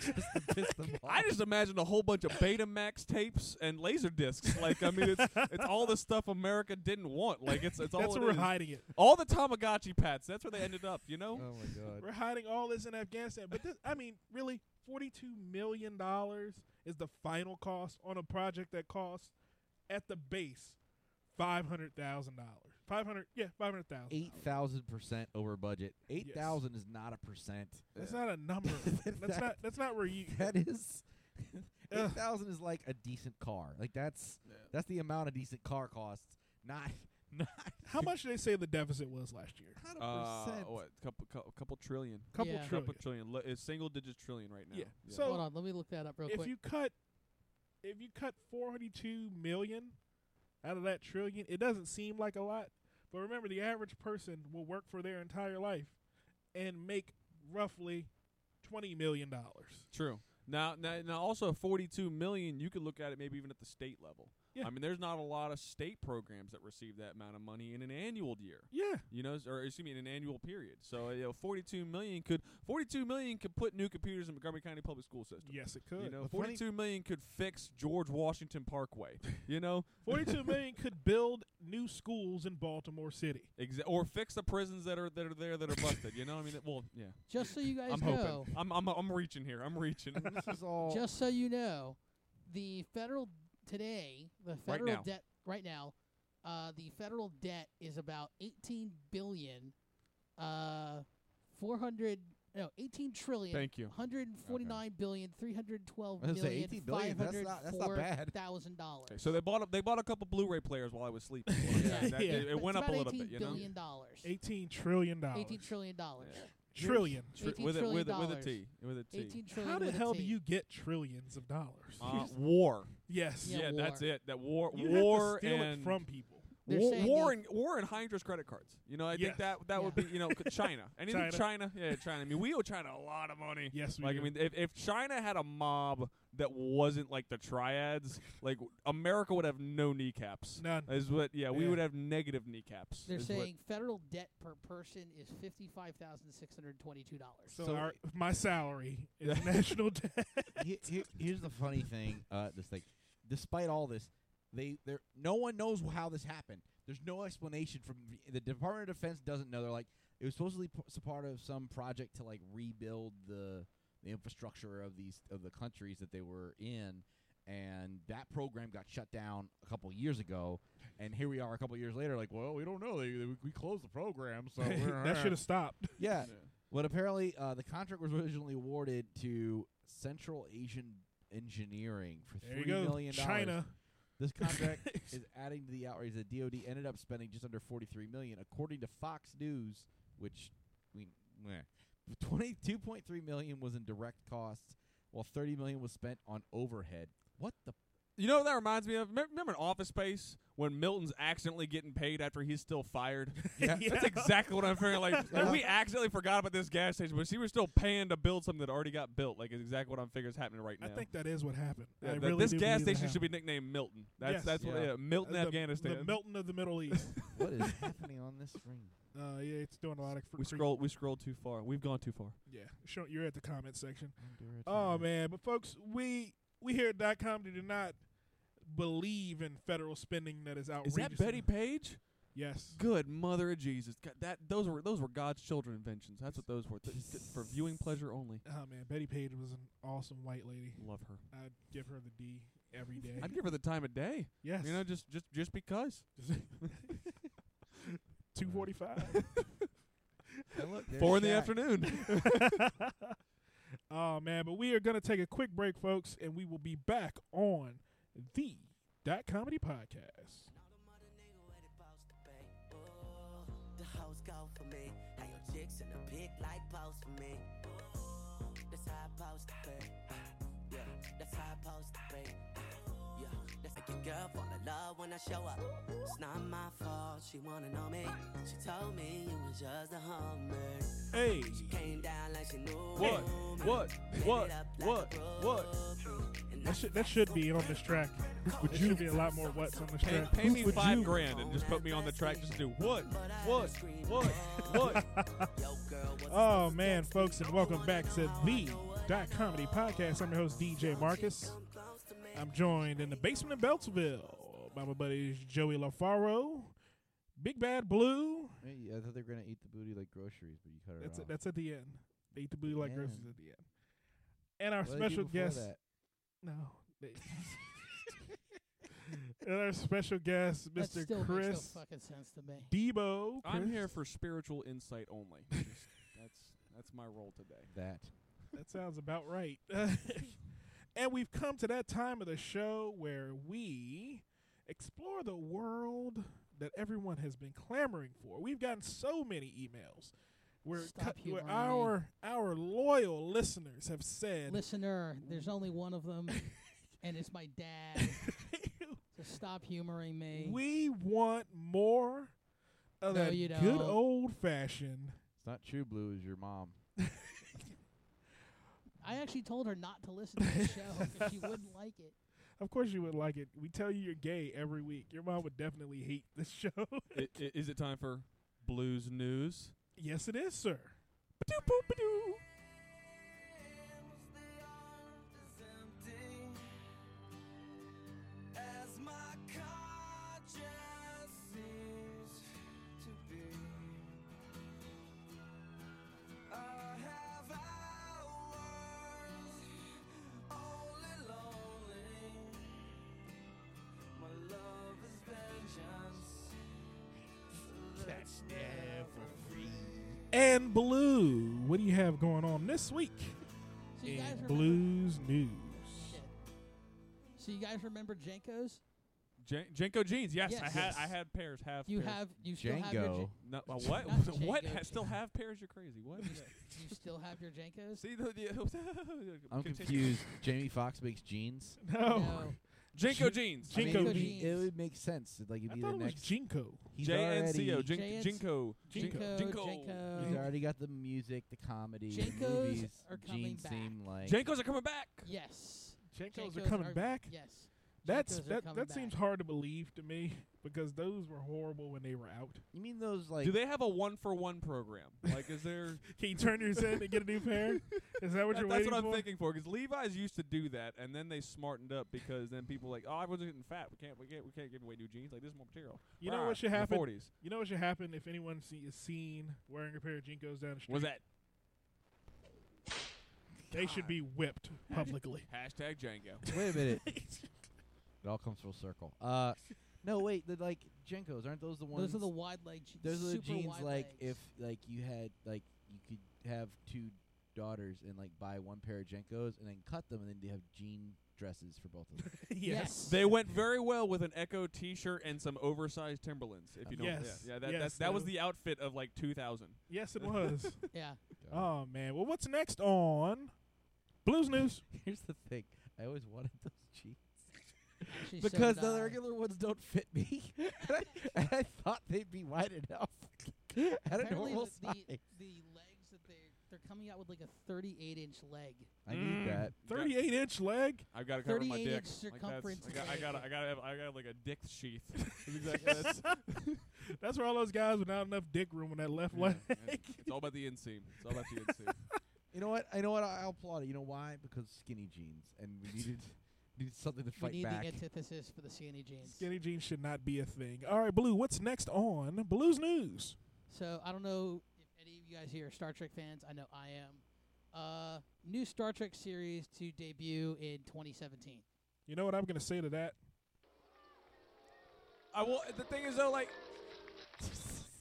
just to piss them off. I just imagined a whole bunch of Betamax tapes and laser discs. Like I mean, it's it's all the stuff America didn't want. Like it's it's (laughs) all that's it where we're is. hiding it. all the Tamagotchi pets. That's where they ended up. (laughs) You know. Oh my god. We're hiding all this in Afghanistan. But this, I mean, really, forty-two million dollars is the final cost on a project that costs at the base five hundred thousand dollars. Five hundred, yeah, five hundred thousand. Eight thousand percent over budget. Eight Yes. thousand is not a percent. That's (laughs) not a number. (laughs) that's That- not. That's not (laughs) where you. That is. Eight Ugh. thousand is like a decent car. Like that's that's the amount a decent car costs. Not (laughs) not (laughs) How much did they say the deficit was last year? not a Uh, percent. what couple couple, couple trillion. Couple Yeah. trillion. Couple trillion. Lo- It's single digit trillion right now. Yeah. So Hold on, let me look that up real if quick. you cut, if you cut forty-two million out of that trillion, it doesn't seem like a lot. But remember, the average person will work for their entire life and make roughly twenty million dollars. True. Now, now, now, also forty-two million. You could look at it maybe even at the state level. Yeah. I mean, there's not a lot of state programs that receive that amount of money in an annual year. Yeah, You know, s- or excuse me, in an annual period. So, you know, forty-two million could forty-two million could put new computers in Montgomery County public school system. yes, it You could. know, The funny- (laughs) forty-two million could fix George Washington Parkway. (laughs) You know, Forty-two million could build new schools in Baltimore City. Exa- or fix the prisons that are that are there that are busted. You know, I mean, it- well, yeah. just so you guys I'm know, hoping. I'm I'm I'm reaching here. I'm (laughs) reaching. this is all just so you know, the federal today, the federal now. debt right now, uh, the federal debt is about eighteen billion, uh, four hundred no eighteen trillion. Thank you. 149 billion, 312 I was gonna say, million, 18 billion, that's not- that's not bad. 504,000 dollars. Okay, so they bought a, they bought a couple Blu-ray players while I was sleeping. (laughs) Yeah. That- Yeah. It, it But went it's up a about little 18 bit. You know, billion dollars. Eighteen trillion dollars. 18 trillion dollars. trillion. Tri- 18 with a trillion with a, with a dollars. T with a T. 18 trillion. How the with a hell T. do you get trillions of dollars? (laughs) Uh, war. (laughs) yes, Yeah, Yeah, that's war. it. That war. you have war to steal and it from people. They're war, saying war the- and war and high interest credit cards. You know, I Yes. think that that would be Yeah. you know c- China. Anything China. China. (laughs) yeah, China. I mean, we owe China a lot of money. Yes, we like I do. mean, if, if China had a mob that wasn't like the triads, like America would have no kneecaps. None. Is what? Yeah, we Yeah. would have negative kneecaps. They're is what- saying federal debt per person is fifty-five thousand six hundred twenty-two dollars. So, So- our, (laughs) my salary is national debt. he, he- here's the funny thing. Uh, this thing, despite all this, they there no one knows how this happened. There's no explanation from the- the Department of Defense. Doesn't know. They're like it was supposedly p- s- part of some project to like rebuild the the infrastructure of these of the countries that they were in, and that program got shut down a couple years ago. And here we are a couple years later, like, well, we don't know. They, they, we closed the program, so we're- (laughs) that should have stopped. yeah. But apparently, uh, the contract was originally awarded to Central Asian Engineering for There you three go, million dollars. China. (laughs) This contract is adding to the outrage. The DoD ended up spending just under forty-three million, according to Fox News, which we meh. twenty-two point three million was in direct costs, while thirty million was spent on overhead. What the You know what that reminds me of? Remem- Remember in Office Space when Milton's accidentally getting paid after he's still (laughs) fired? Yeah. That's exactly what I'm feeling like. like, We accidentally forgot about this gas station, but she was still paying to build something that already got built. Like, it's exactly what I'm figuring is happening right now. I think that is what happened. Yeah, I th- really this do gas believe that station should be happened. nicknamed Milton. That's Yes. that's what Yeah. yeah, Milton, The- Afghanistan. The Milton of the (laughs) Middle East. (laughs) what is happening on this screen? uh, yeah, it's doing a lot of. For we scrolled we scrolled too far. We've gone too far. Yeah, show, you're at the comment section. Endure it, Oh Tyler. man, but folks, we we here at dot comedy do not believe in federal spending that is outrageous. Is that Betty Page? Yes. Good mother of Jesus. God, that those were those were God's children inventions. That's what those were. Th- th- for viewing pleasure only. Oh man, Betty Page was an awesome white lady. Love her. I'd give her the D (laughs) every day. I'd give her the time of day. yes. You know, just just just because. two forty five. Now look, there's Four in the Shaq. afternoon. (laughs) (laughs) oh man, but we are gonna take a quick break, folks, and we will be back on the dot comedy podcast. All the mother nigga where the boss to pay. Ooh, the hoes go for me. And your chicks in the pig like post for me. Ooh, that's how I post to pay. Yeah, that's how I post to pay. Yeah, that's like your girl fall in love when I show up. It's not my fault, she wanna know me. She told me you was just a homie. Hey, Came down like she knew What? me. What? Lit it What? up like What? a What? rookie. And I that should that should be on this (laughs) track. Would you be a lot more what's on this Pay, track? pay me Would five you- grand and just put me on the track. Just do what, what, what, (laughs) Uh. what. Oh man, folks, and welcome back to the Dot Comedy Podcast. I'm your host DJ Marcus. I'm joined in the basement in Beltsville by my buddies Joey LaFaro, Big Bad Blue. Hey, I thought they were gonna eat the booty like groceries, but you cut her That's off. it, that's at the end. They eat the booty like Yeah. groceries at the end. And our What did they do special before guest, that? no, (laughs) they- (laughs) and our special guest, That Mr. still makes Chris no fucking sense to me. Debo. I'm Chris. here for spiritual insight only. (laughs) Just- that's that's my role today. that. That sounds about right. (laughs) and we've come to that time of the show where we explore the world that everyone has been clamoring for. We've gotten so many emails where, Stop cu- where humoring me. our our loyal listeners have said, Listener, there's only one of (laughs) them, and it's my dad. So stop humoring me. "We want more of No, that you good don't. old fashioned." It's not true blue is your mom. I actually told her not to listen (laughs) to the show. 'cause she wouldn't like it. Of course, you would like it. We tell you you're gay every week. Your mom would definitely hate this (laughs) show. I- i- is it time for blues news? yes, it is, sir. As my conscience seems to be, I have hours only lonely. My love is vengeance that's never free. and Blue. What do you have going on this week So you in guys remember, Blues News? Shit. So you guys remember Jenkos? Jen- Jenko jeans. Yes, I Yes. had I Yes. had pairs. Half. You pairs. have you still have your Django. Jan- No, (laughs) uh, what? Not (laughs) what? Django I still Jeans. have pairs? You're crazy. What? you still have your (laughs) Jenkos? (laughs) See, the, (laughs) the I'm confused. Jamie Fox makes (laughs) jeans. No. No. Jenko J- jeans. I mean, Jinko it would be- jeans. It would make sense. It'd, Like it'd I be thought the it was next. Jinko. he's JNCO. already. Jin- JNC Jinko. Jin- Jinko, Jinko. He's Jinko. already got the music, the comedy, the Jenkos movies. are coming jeans back. seem like. Jenkos are coming back. Yes. Jinkos are Jenkos coming back. Yes. That's Jinkos are that. coming That back. seems hard to believe to me because those were horrible when they were out. You mean those like? Do they have a one for one program? Like, is there? Can you turn yours in and get a new pair? Is that (laughs) what That- you're that's waiting what I'm for? thinking for. Because Levi's used to do that, and then they smartened up because then people like, oh, everyone's getting fat. We can't, we can't, we can't give away new jeans. Like, this is more material. You know what Rah, should in the happen? 40s. You know what should happen if anyone see, is seen wearing a pair of Jinkos down the street? Was that They should be whipped publicly. (laughs) hashtag Django? Wait (laughs) a minute. it all comes full circle. Uh, no, wait. The like Jenkos aren't those the ones? Those are the wide leg jeans. those are the super jeans wide like if legs. like you had like you could have two daughters and like buy one pair of Jenkos and then cut them and then they have jean dresses for both of (laughs) them. Yes. They went very well with an Echo T-shirt and some oversized Timberlands. If you don't, Yes. yeah, yeah that, Yes, that, that was that- the outfit of like 2000. yes, it was. (laughs) yeah. (laughs) oh man. Well, what's next on Blues News? (laughs) Here's the thing. I always wanted those jeans. Actually, so because did the I. regular ones don't fit me. (laughs) and, I, and I thought they'd be wide enough (laughs) at a Apparently normal the, size. the, the legs that they're they're coming out with like a 38 inch leg, I need that. Mm. Thirty-eight inch leg. (laughs) I've got to cover my 38 dick. inch Like that's- circumference. I got, I leg. got, I got, to have, I got like a dick (laughs) sheath. That's exactly. (laughs) That's, That's where all those guys without enough dick room on that left yeah, leg. (laughs) it's- it's all about the inseam. It's all about the inseam. You know what? I know what. I- I'll applaud it. You know why? Because skinny jeans, and we needed (laughs) (laughs) needed something to we fight need back. the antithesis for the skinny jeans. Skinny jeans should not be a thing. All right, Blue. What's next on Blue's news? So I don't know if any of you guys here are Star Trek fans. I know I am. Uh, new Star Trek series to debut in 2017. You know what I'm gonna say to that? I will. The thing is though, like,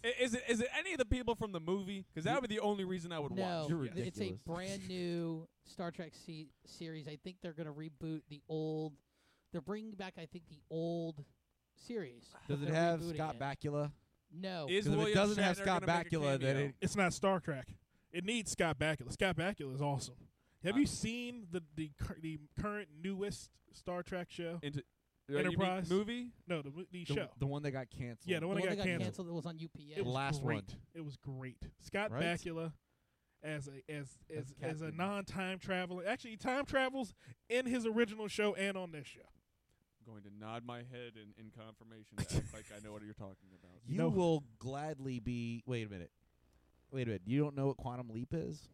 i- is it is it any of the people from the movie? Because that would be the only reason I would No, watch. You're th- it's a ridiculous. (laughs) brand new Star Trek se- series. I think they're going to reboot the old. They're bringing back, I think, the old (sighs) series. Does but (laughs) it they're have rebooting Scott it. Bakula? No. Is 'Cause if it William doesn't have Shatner Scott gonna make a Bakula, then cameo? it- It's not Star Trek. It needs Scott Bakula. Scott Bakula is awesome. Have Uh, you seen the the, cur- the current newest Star Trek show? into you mean Enterprise? movie. No, the, the The, show. the one that got canceled. yeah, the the one one that that got canceled. It was on UPN. It was last great. one. It was great. Scott Right? Bakula as a as as As as a Captain. non time traveler. Actually, he time travels in his original show and on this show. I'm going to nod my head in, in confirmation to act like I know what you're talking about. (laughs) You know- will gladly be. Wait a minute. Wait a minute. You don't know what quantum leap is?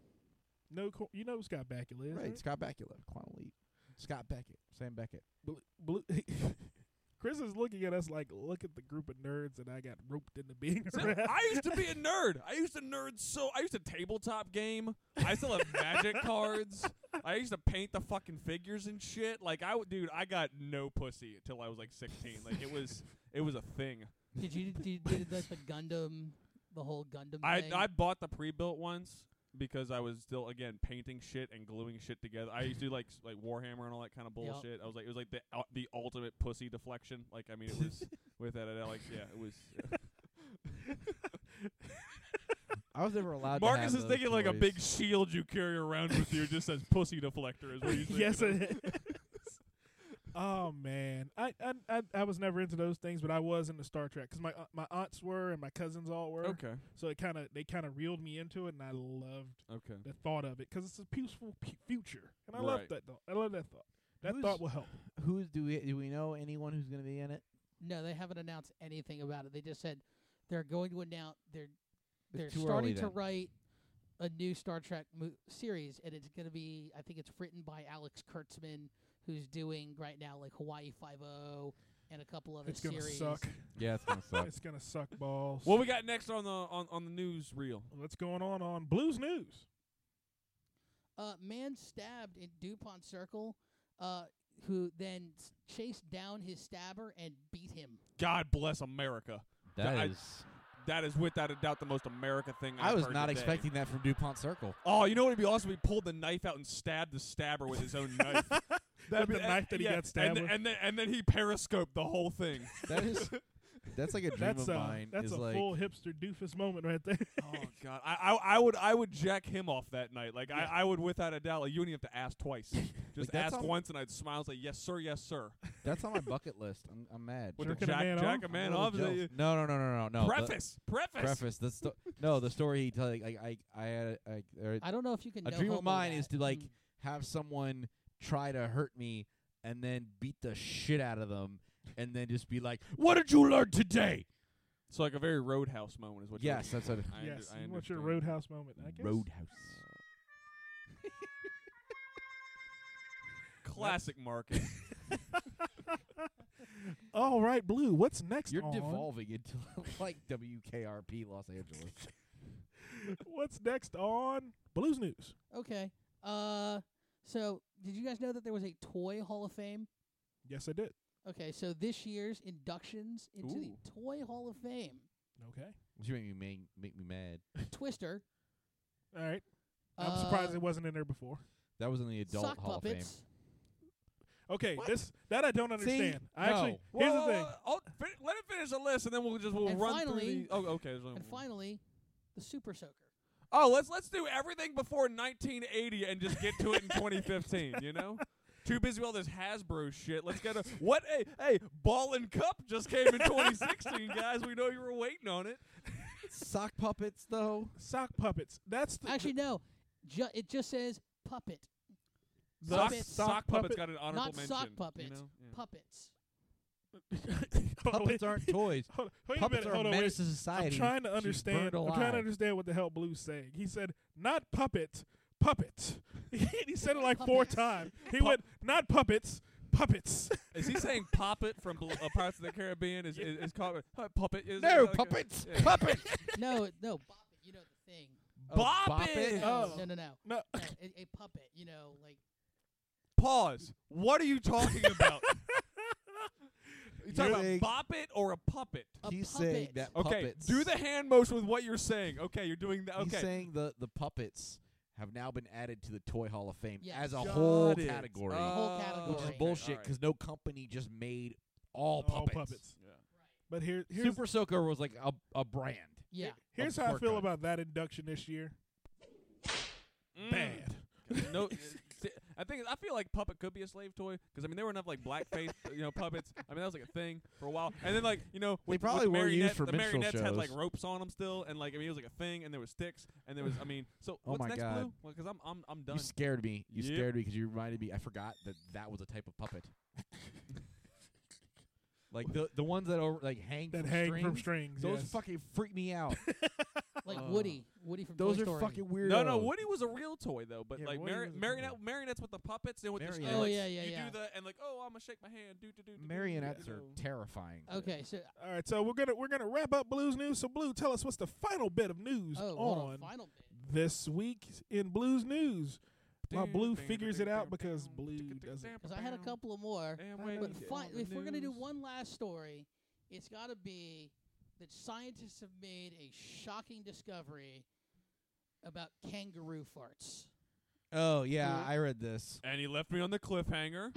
No, co- you know who Scott Bakula is, right, right? Scott Bakula, quantum leap. Scott Beckett, Sam Beckett. Bl- (laughs) bl- Chris is looking at us like, look at the group of nerds that I got roped into (laughs) being. See, around." I used to be a nerd. I used to nerd so. I used to tabletop game. I still have magic cards. I used to paint the fucking figures and shit. Like I would, dude. I got no pussy until I was like 16. Like it was, it was a thing. Did you did, you- did like the Gundam, the whole Gundam I thing? I bought the pre-built ones because I was still again painting shit and gluing shit together. I used to do like s- like Warhammer and all that kind of Yep. bullshit. I was like it was like the uh, the ultimate pussy deflection. Like I mean it (laughs) was with that uh, like yeah it was. I was never (laughs) allowed. to Marcus have is those thinking like a toys. big shield you carry around with you just says pussy deflector is what (laughs) he's yes, thinking of. it is. oh man, I, I I I was never into those things, but I was into Star Trek because my au- my aunts were and my cousins all were. Okay. So it kind of they kind of reeled me into it, and I loved Okay. the thought of it because it's a peaceful p- future, and I love Right. that thought. I love that thought. That Who's- thought will help. Who's do we do we know anyone who's going to be in it? no, they haven't announced anything about it. They just said they're going to announce they're It's they're too early starting to then. write a new Star Trek mo- series, and it's going to be I think it's written by Alex Kurtzman, who's doing right now like Hawaii Five O and a couple other It's gonna series. suck. Yeah, it's gonna suck. It's gonna suck balls. What we got next on the on, on the news reel? What's going on on Blues (laughs) News? Uh, man stabbed in Dupont Circle, uh, who then s- chased down his stabber and beat him. God bless America. That (laughs) I- is. That is without a doubt the most America thing I I've was heard not today. expecting that from Dupont Circle. Oh, you know what would be awesome? He pulled the knife out and stabbed the stabber with his own (laughs) knife. That'd be the knife that he got stabbed e-, and, with. And then, and then he periscoped the whole thing. That (laughs) is. That's like a (laughs) dream That's of a mine. that's is a like, full hipster doofus moment right there. (laughs) oh God, I, I, I would, I would jack him off that night. Like I, I would without a doubt. Like you wouldn't even have to ask twice. (laughs) Just that's ask how- once, and I'd smile and say, "Yes, sir. Yes, sir." (laughs) That's on my bucket list. I'm, I'm mad. What With the Jerking a man jack, jack off? a I'm man little off. jealous. the- No, no, no, no, no, no. the- preface, preface, preface. The sto- no, the story he tell like, I, I, I had, a- I, or I don't know if you can. a no dream homo of mine that. is to like Mm. have someone try to hurt me and then beat the shit out of them and then just be like, "What did you learn today?" So like a very Roadhouse moment is what. Yes, that's what. (laughs) I under- yes, I you want your understand. Roadhouse moment? I guess. Roadhouse. Classic market. (laughs) All right, Blue. What's next? You're on? devolving into (laughs) like WKRP Los Angeles. What's next on Blues News? Okay. Uh, so did you guys know that there was a toy Hall of Fame? Yes, I did. Okay, so this year's inductions into the Toy Hall of (laughs) Fame: Okay. You make me man- make me mad. Twister. All right. I'm uh, surprised it wasn't in there before. That was in the adult sock Hall of Fame. puppets. (laughs) Okay, this that I don't understand. I actually No. here's Well, the thing. I'll fin- let him finish the list, and then we'll just we'll And run finally- through the. Oh, okay. there's only And one. finally, the (laughs) Super Soaker. Oh, let's let's do everything before 1980 and just get to it in 2015. You know, Too busy with all this Hasbro shit. Let's get a what? Hey, hey, ball and cup just came in 2016, guys. We know you were waiting on it. Sock puppets, (laughs) though. Sock puppets. That's the (laughs) Actually, no. Ju- it just says puppet, The Sock- sock, sock puppets puppet. got an honorable not mention. sock you puppets. know? Yeah. Puppets. (laughs) Puppets aren't toys. Hold on, (laughs) wait puppets a minute. are Hold a on, wait. menace to society. I'm trying to She's understand. burned I'm alive. trying to understand what the hell Blue's saying. He said, "Not puppet, puppet." (laughs) he said it like four Puppets. times. He Pup- went, "Not puppets, puppets." Is he saying poppet from Bl- uh, Pirates of the Caribbean? Is is, is called uh, puppet? Is No, is that like a- puppets. yeah. Puppets. (laughs) no, it- no. Bop it. You know the thing. Oh, bop Boppet. it. Oh. No, no, no. no, no a, a puppet. You know, like Pause. What are you talking (laughs) about? you talking You're about boppet or a puppet? (laughs) a He's puppet. saying that Okay, puppets. do the hand motion with what you're saying. Okay, you're doing that. He's Okay, saying the the puppets have now been added to the toy Hall of Fame Yes. as a Got whole Got it. category, Whole Oh, category. which okay, is all bullshit alright. because no company just made all all puppets. puppets. But here, here's Super Soaker was like a, a brand. Yeah. (laughs) here's a how I pork feel gun. about that induction this year. Mm. Mm. Bad. (laughs) no, th- I think I feel like puppet could be a slave toy because I mean there were enough like blackface, uh, you know, puppets. I mean that was like a thing for a while, and then like you know, with, probably with were used marionette- for the minstrel marionettes had like shows. ropes on them still, and like I mean it was like a thing, and there was sticks, and there was I mean so Oh what's my next God. blue? Well, because I'm I'm I'm done. You scared me. You Yep. scared me because you reminded me. I forgot that that was a type (laughs) of puppet. like the the ones that over like hang That from hang strings, from strings. Those yes. fucking freak me (laughs) out. Like Oh. Uh, Woody. Woody from those Toy are Story. fucking weird. no, no, Woody was a real toy though, but Yeah, like Woody mari- was a marionette toy. marionettes with the puppets and with the Marionettes. Oh, strings. yeah, yeah, you yeah. do the and like oh I'm gonna shake my hand. Do do do. do, do, Marionettes you are know. terrifying. Okay, so All right, so we're gonna we're gonna wrap up Blues news. So Blue, tell us what's the final bit of news oh, hold on. on Final bit. this week in Blues news. My Blue figures it out because Blue doesn't. Because I had a couple of more. And I wait don't But Yeah, fi- on the if we're gonna do news. one last story, it's got to be that scientists have made a shocking discovery about kangaroo farts. Oh Mm-hmm. yeah, I read this. And he left me on the cliffhanger.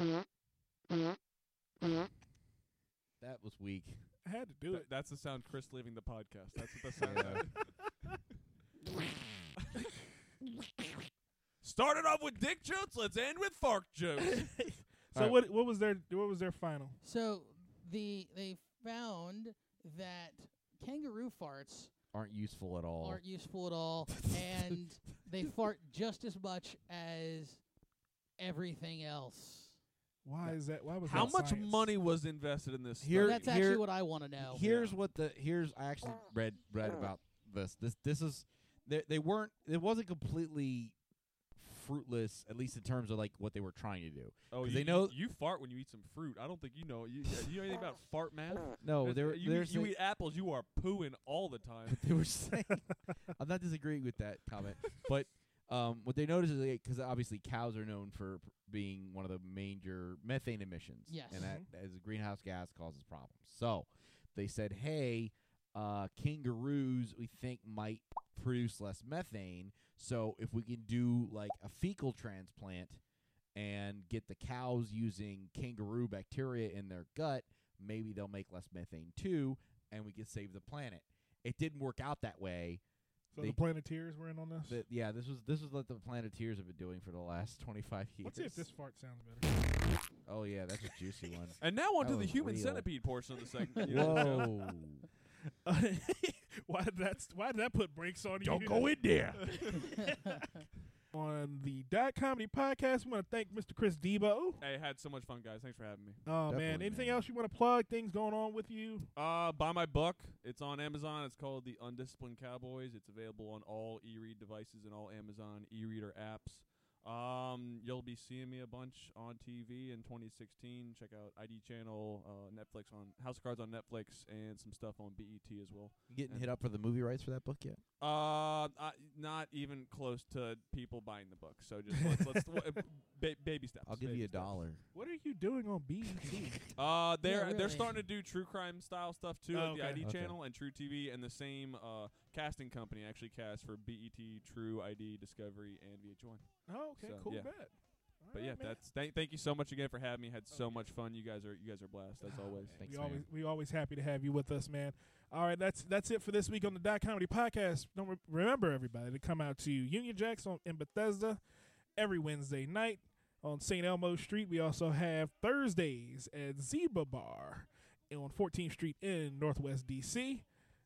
That was weak. I had to do Th- it. that's the sound Chris leaving the podcast. That's what that (laughs) sound. Yeah. (laughs) Started off with dick jokes. Let's end with fart (laughs) jokes. So All right. what what was their what was their final? So the they found that kangaroo farts Aren't useful at all. aren't useful (laughs) at all, and they fart just as much as everything else. Why is that? Why was How that much science? money was invested in this? Here- study? That's actually here- what I want to know. Here's what the here's I actually read read about this. This this is they they weren't it wasn't completely fruitless at least in terms of like what they were trying to do. oh, 'cause you, they know- you fart when you eat some fruit. I don't think you know. You, you know anything about fart math? No, Oh, there were- you, there's you a- eat apples. You are pooing all the (laughs) time. what they were saying. I'm not disagreeing with that comment, but um, what they noticed is because obviously cows are known for p- being one of the major methane emissions, Yes. and that as a greenhouse gas causes problems. So they said, hey, uh, kangaroos we think might produce less methane, so if we can do like a fecal transplant and get the cows using kangaroo bacteria in their gut, maybe they'll make less methane too, and we can save the planet. It didn't work out that way. So They- the Planeteers were in on this. That yeah, this was this is what the Planeteers have been doing for the last twenty five years. Let's see if this fart sounds better. (laughs) oh yeah, that's a juicy one. And now on That to the was human real. centipede portion of (laughs) the segment. you know, the show. Whoa! why did that? Why did that put brakes on you? in there. (laughs) on the Dot Comedy Podcast. We want to thank Mr. Chris Debo. Hey, had so much fun, guys. Thanks for having me. Oh man, Definitely, anything man. else you want to plug? Things going on with you? Uh, buy my book. It's on Amazon. It's called The Undisciplined Cowboys. It's available on all e-read devices and all Amazon e-reader apps. Um, you'll be seeing me a bunch on TV in 2016. Check out ID Channel, uh, Netflix on House of Cards on Netflix, and some stuff on BET as well. Getting hit up for the movie rights for that book yet? Uh, I, not even close to people buying the book. So just let's, let's (laughs) w- ba- baby steps. I'll give baby you a steps. dollar. What are you doing on E BET? (laughs) Uh, they're they're really. starting to do true crime style stuff too Oh, at the okay. ID Okay. channel and True TV, and the same uh, casting company actually cast for BET, True ID, Discovery, and VH1. oh, okay, So, cool yeah. bet. But Alright, yeah, man. that's thank thank you so much again for having me. Had so much fun. You guys are you guys are blessed as Oh, always. Thanks, we man. always we always happy to have you with us, man. All right, that's that's it for this week on the Dot Comedy Podcast. Don't re- remember everybody to come out to Union Jacks on in Bethesda every Wednesday night. on St. Elmo Street. We also have Thursdays at Zeba Bar on 14th Street in Northwest DC.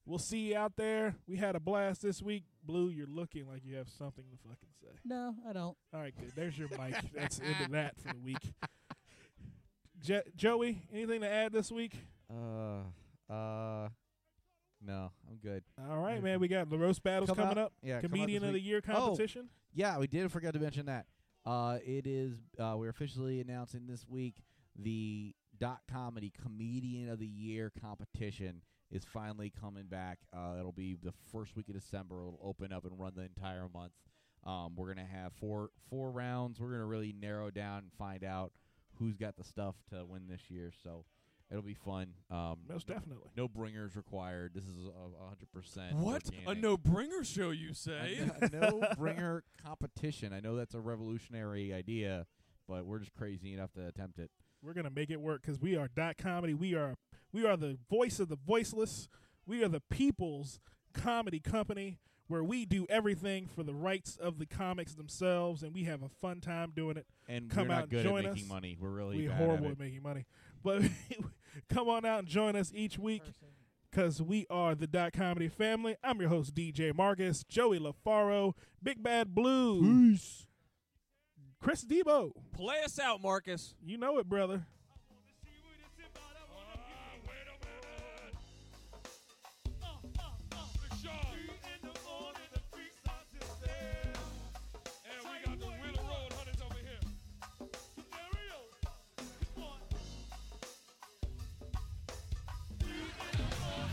We'll see you out there. We had a blast this week. Blue, you're looking like you have something to fucking say. No, I don't. All right, good. There's your mic. That's the end of that for the week. (laughs) Je- Joey, anything to add this week? Uh, uh, no, I'm good. All right, man. We got the roast battles Come coming out- up. yeah, come out Comedian this of the week. Year Oh, competition. Yeah, we did forget to mention that. Uh, it is uh, we're officially announcing this week the dot comedy comedian of the year competition is finally coming back. Uh, it'll be the first week of December. It'll open up and run the entire month. Um, we're gonna have four four rounds. We're gonna really narrow down and find out who's got the stuff to win this year. So it'll be fun. Um, Most definitely. no bringers required. This is a a hundred percent. What? A organic. no bringer show, you A (laughs) say? n- a no bringer competition. I know that's a revolutionary idea, but we're just crazy enough to attempt it. We're gonna make it work because we are dot comedy. We are we are the voice of the voiceless. We are the people's comedy company where we do everything for the rights of the comics themselves, and we have a fun time doing it. And Come we're out not and good join at making us. money. We're really we bad horrible at at it. making money, but (laughs) come on out and join us each week Person. because we are the dot comedy family. I'm your host DJ Marcus, Joey LaFaro, Big Bad Blue, Chris Debo. Play us out, Marcus. You know it, brother.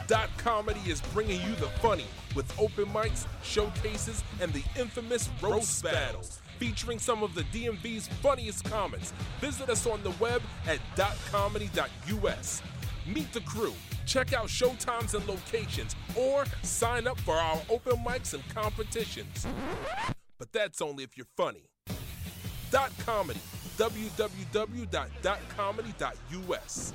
Dot Comedy is bringing you the funny with open mics, showcases, and the infamous roast battles. Featuring some of the DMV's funniest comics. Visit us on the web at dotcomedy.us. Meet the crew, check out showtimes and locations, or sign up for our open mics and competitions. But that's only if you're funny. Dot Comedy, www.dotcomedy.us.